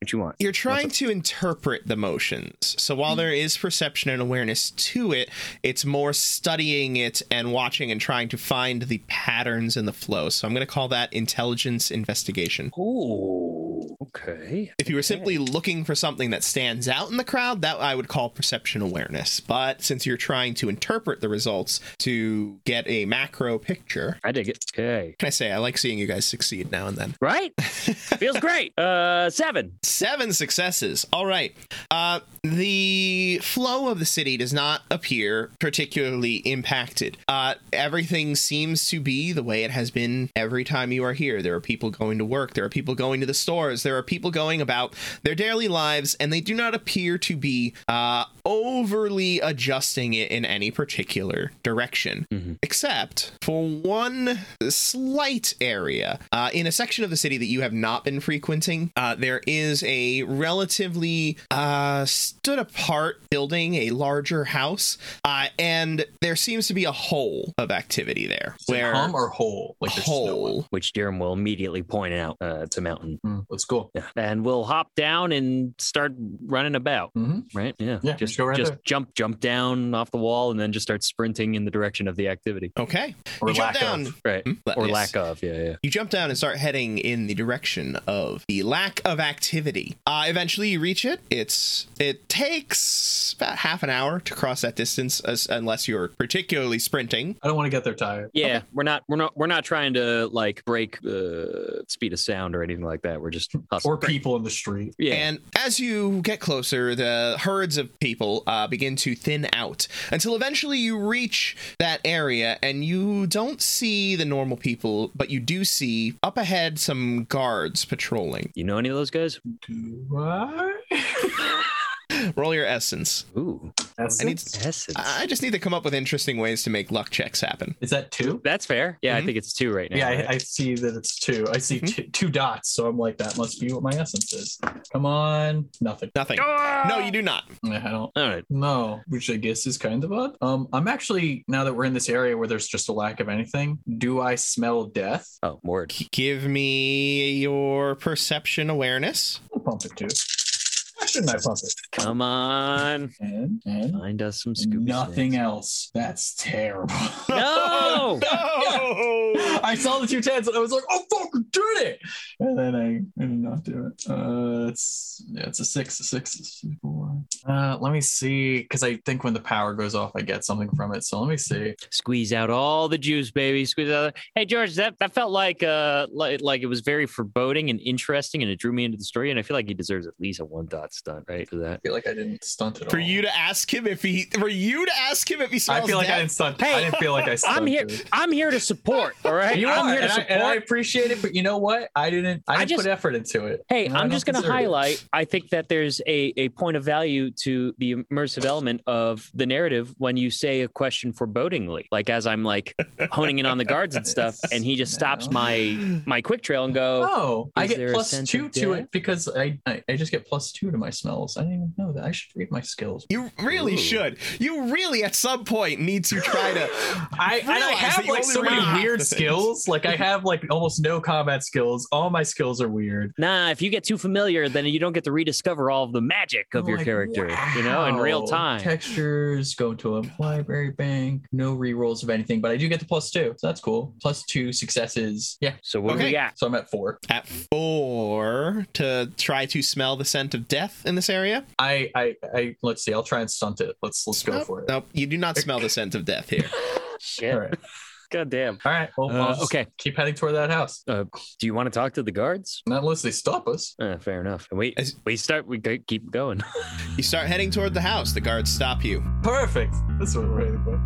[SPEAKER 3] What Hmm. you want?
[SPEAKER 4] You're trying to interpret the motions. So while there is perception and awareness to it, it's more studying it and watching and trying to find the patterns in the flow. So I'm going to call that intelligence investigation.
[SPEAKER 3] Ooh, Okay.
[SPEAKER 4] If you were simply looking for something that stands out in the crowd, that I would call perception awareness. But since you're trying to interpret the results to get a macro picture,
[SPEAKER 3] I dig it. Okay.
[SPEAKER 4] can I say I like seeing you guys succeed now and then?
[SPEAKER 3] Right? Feels great. Uh, seven.
[SPEAKER 4] Seven successes. All right. Uh, the flow of the city does not appear particularly impacted. Uh, everything seems to be the way it has been every time you are here. There are people going to work, there are people going to the stores, there are people going about their daily lives, and they do not appear to be uh, overly adjusting it in any particular direction except for one slight area uh, in a section of the city that you have not been frequenting uh, there is a relatively uh, stood apart building a larger house uh, and there seems to be a hole of activity there
[SPEAKER 2] Is it
[SPEAKER 4] where
[SPEAKER 2] hum or hole? Like there's just no one.
[SPEAKER 4] hole
[SPEAKER 3] Which Durham will immediately point out. Uh, it's a mountain.
[SPEAKER 2] Mm, let's go.
[SPEAKER 3] Yeah. And we'll hop down and start running about.
[SPEAKER 2] Mhm.
[SPEAKER 3] Right? Yeah.
[SPEAKER 2] Yeah,
[SPEAKER 3] just
[SPEAKER 2] just go right
[SPEAKER 3] just
[SPEAKER 2] there.
[SPEAKER 3] jump, jump down off the wall and then just start sprinting in the direction of the activity.
[SPEAKER 4] okay
[SPEAKER 2] Or
[SPEAKER 4] you jump
[SPEAKER 2] lack
[SPEAKER 4] down
[SPEAKER 2] of.
[SPEAKER 3] Right.
[SPEAKER 4] Hmm? Let-
[SPEAKER 3] Or
[SPEAKER 4] yes.
[SPEAKER 3] lack of. Yeah. Yeah.
[SPEAKER 4] You jump down and start heading in the direction of the lack of activity. Uh, eventually, you reach it. It's it takes about half an hour to cross that distance, as, unless you're particularly sprinting.
[SPEAKER 2] I don't want to get there tired.
[SPEAKER 3] Yeah, we're not we're not we're not trying to like break uh, speed of sound or anything like that. We're just hustling.
[SPEAKER 2] Or people in the street.
[SPEAKER 3] yeah.
[SPEAKER 4] And as you get closer, the herds of people uh, begin to thin out until eventually you reach that area and you don't see the normal people, but you do see up ahead some guards patrolling.
[SPEAKER 3] you know any of those guys?
[SPEAKER 2] Do I?
[SPEAKER 4] Roll your essence.
[SPEAKER 3] Ooh,
[SPEAKER 2] That's
[SPEAKER 4] I need.
[SPEAKER 3] essence.
[SPEAKER 4] I I just need to come up with interesting ways to make luck checks happen.
[SPEAKER 2] Is that two?
[SPEAKER 3] That's fair. Yeah, I
[SPEAKER 4] Mhm.
[SPEAKER 3] think it's two right now.
[SPEAKER 2] Yeah,
[SPEAKER 3] right?
[SPEAKER 2] I, I see that it's two. I see
[SPEAKER 4] Mhm.
[SPEAKER 2] two, two dots, so I'm like, that must be what my essence is. Come on, nothing.
[SPEAKER 4] Nothing. No, you do not.
[SPEAKER 2] I don't.
[SPEAKER 3] All right.
[SPEAKER 2] No, which I guess is kind of odd. Um, I'm actually now that we're in this area where there's just a lack of anything. Do I smell death?
[SPEAKER 3] Oh, Mord.
[SPEAKER 4] Give me your perception awareness.
[SPEAKER 2] I'll pump it too. Why shouldn't I pump it?
[SPEAKER 3] Come on,
[SPEAKER 2] And and
[SPEAKER 3] find us some Scooby.
[SPEAKER 2] nothing
[SPEAKER 3] snacks.
[SPEAKER 2] else. That's terrible.
[SPEAKER 3] No!
[SPEAKER 4] No!
[SPEAKER 2] I saw the two tens and I was like, oh fuck, do it. And then I, I did not do it. Uh it's yeah, it's a six, a six, is four. Uh let me see. Cause I think when the power goes off, I get something from it. So let me see.
[SPEAKER 3] Squeeze out all the juice, baby. Squeeze out. Hey, George, that, that felt like uh like, like it was very foreboding and interesting, and it drew me into the story. And I feel like he deserves at least a one dot stunt, right? For that.
[SPEAKER 2] I feel like I didn't stunt it
[SPEAKER 4] For you to ask him if he, for you to ask him if he
[SPEAKER 2] I
[SPEAKER 4] smells
[SPEAKER 2] feel like I didn't
[SPEAKER 4] death.
[SPEAKER 2] stunt
[SPEAKER 3] Hey,
[SPEAKER 2] I didn't feel like I stunted
[SPEAKER 3] I'm here.
[SPEAKER 2] it.
[SPEAKER 3] I'm here to support. All right.
[SPEAKER 2] You
[SPEAKER 3] I'm
[SPEAKER 2] are,
[SPEAKER 3] here to
[SPEAKER 2] and, I,
[SPEAKER 3] support.
[SPEAKER 2] and I appreciate it, but you know what? I didn't. I,
[SPEAKER 3] I
[SPEAKER 2] didn't
[SPEAKER 3] just-
[SPEAKER 2] put effort into it.
[SPEAKER 3] Hey,
[SPEAKER 2] And I
[SPEAKER 3] I'm
[SPEAKER 2] don't
[SPEAKER 3] just going to
[SPEAKER 2] consider it.
[SPEAKER 3] highlight. I think that there's a, a point of value to the immersive element of the narrative when you say a question forebodingly, like as I'm like honing in on the guards and stuff, and he just stops my my quick trail and go,
[SPEAKER 2] Oh, I
[SPEAKER 3] Is there
[SPEAKER 2] get
[SPEAKER 3] a
[SPEAKER 2] plus
[SPEAKER 3] scent
[SPEAKER 2] two
[SPEAKER 3] of
[SPEAKER 2] to
[SPEAKER 3] death?
[SPEAKER 2] it because I, I I just get plus two to my smells. I didn't even know that. I should read my skills.
[SPEAKER 4] You really
[SPEAKER 3] Ooh.
[SPEAKER 4] should. You really, at some point, need to try to.
[SPEAKER 2] I, I
[SPEAKER 4] realize
[SPEAKER 2] don't
[SPEAKER 4] that
[SPEAKER 2] have
[SPEAKER 4] you
[SPEAKER 2] like
[SPEAKER 4] only
[SPEAKER 2] so
[SPEAKER 4] read
[SPEAKER 2] many
[SPEAKER 4] half
[SPEAKER 2] weird
[SPEAKER 4] the things.
[SPEAKER 2] skills. Like I have like almost no combat skills. All my skills are weird.
[SPEAKER 3] Nah, if you get too familiar, then you don't get to rediscover all of the magic of
[SPEAKER 2] I'm
[SPEAKER 3] your
[SPEAKER 2] like,
[SPEAKER 3] character, you know, in real
[SPEAKER 2] wow.
[SPEAKER 3] time.
[SPEAKER 2] Textures go to a library bank. No rerolls of anything, but I do get the plus two, so that's cool. Plus two successes. Yeah,
[SPEAKER 3] so what do we
[SPEAKER 4] Okay.
[SPEAKER 3] got?
[SPEAKER 2] so I'm at four.
[SPEAKER 4] At four, to try to smell the scent of death in this area.
[SPEAKER 2] I I, I let's see. I'll try and stunt it. Let's let's go
[SPEAKER 4] nope,
[SPEAKER 2] for it.
[SPEAKER 4] Nope, you do not smell the scent of death here.
[SPEAKER 3] Shit.
[SPEAKER 2] All right.
[SPEAKER 3] God damn.
[SPEAKER 2] All right. Well,
[SPEAKER 3] Uh,
[SPEAKER 2] I'll just
[SPEAKER 3] okay.
[SPEAKER 2] Keep heading toward that house.
[SPEAKER 3] Uh, Do you want to talk to the guards?
[SPEAKER 2] Not unless they stop us.
[SPEAKER 3] Uh, fair enough. And we
[SPEAKER 4] Is-
[SPEAKER 3] we start. We go- keep going.
[SPEAKER 4] You start heading toward the house. The guards stop you.
[SPEAKER 2] Perfect. That's what we're waiting for.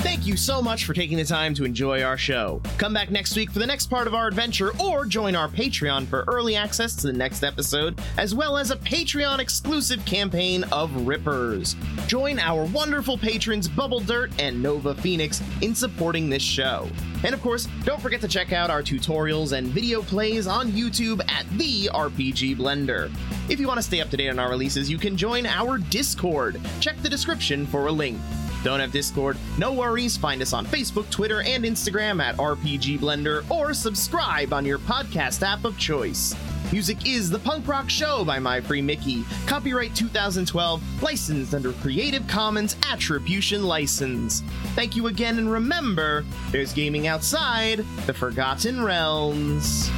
[SPEAKER 1] Thank you so much for taking the time to enjoy our show. Come back next week for the next part of our adventure or join our Patreon for early access to the next episode, as well as a Patreon exclusive campaign of Rippers. Join our wonderful patrons Bubble Dirt and Nova Phoenix in supporting this show. And of course, don't forget to check out our tutorials and video plays on YouTube at The RPG Blender. If you want to stay up to date on our releases, you can join our Discord. Check the description for a link. Don't have Discord? No worries. Find us on Facebook, Twitter, and Instagram at RPG Blender or subscribe on your podcast app of choice. Music is The Punk Rock Show by My Free Mickey. Copyright 2012, licensed under Creative Commons Attribution License. Thank you again, and remember there's gaming outside the Forgotten Realms.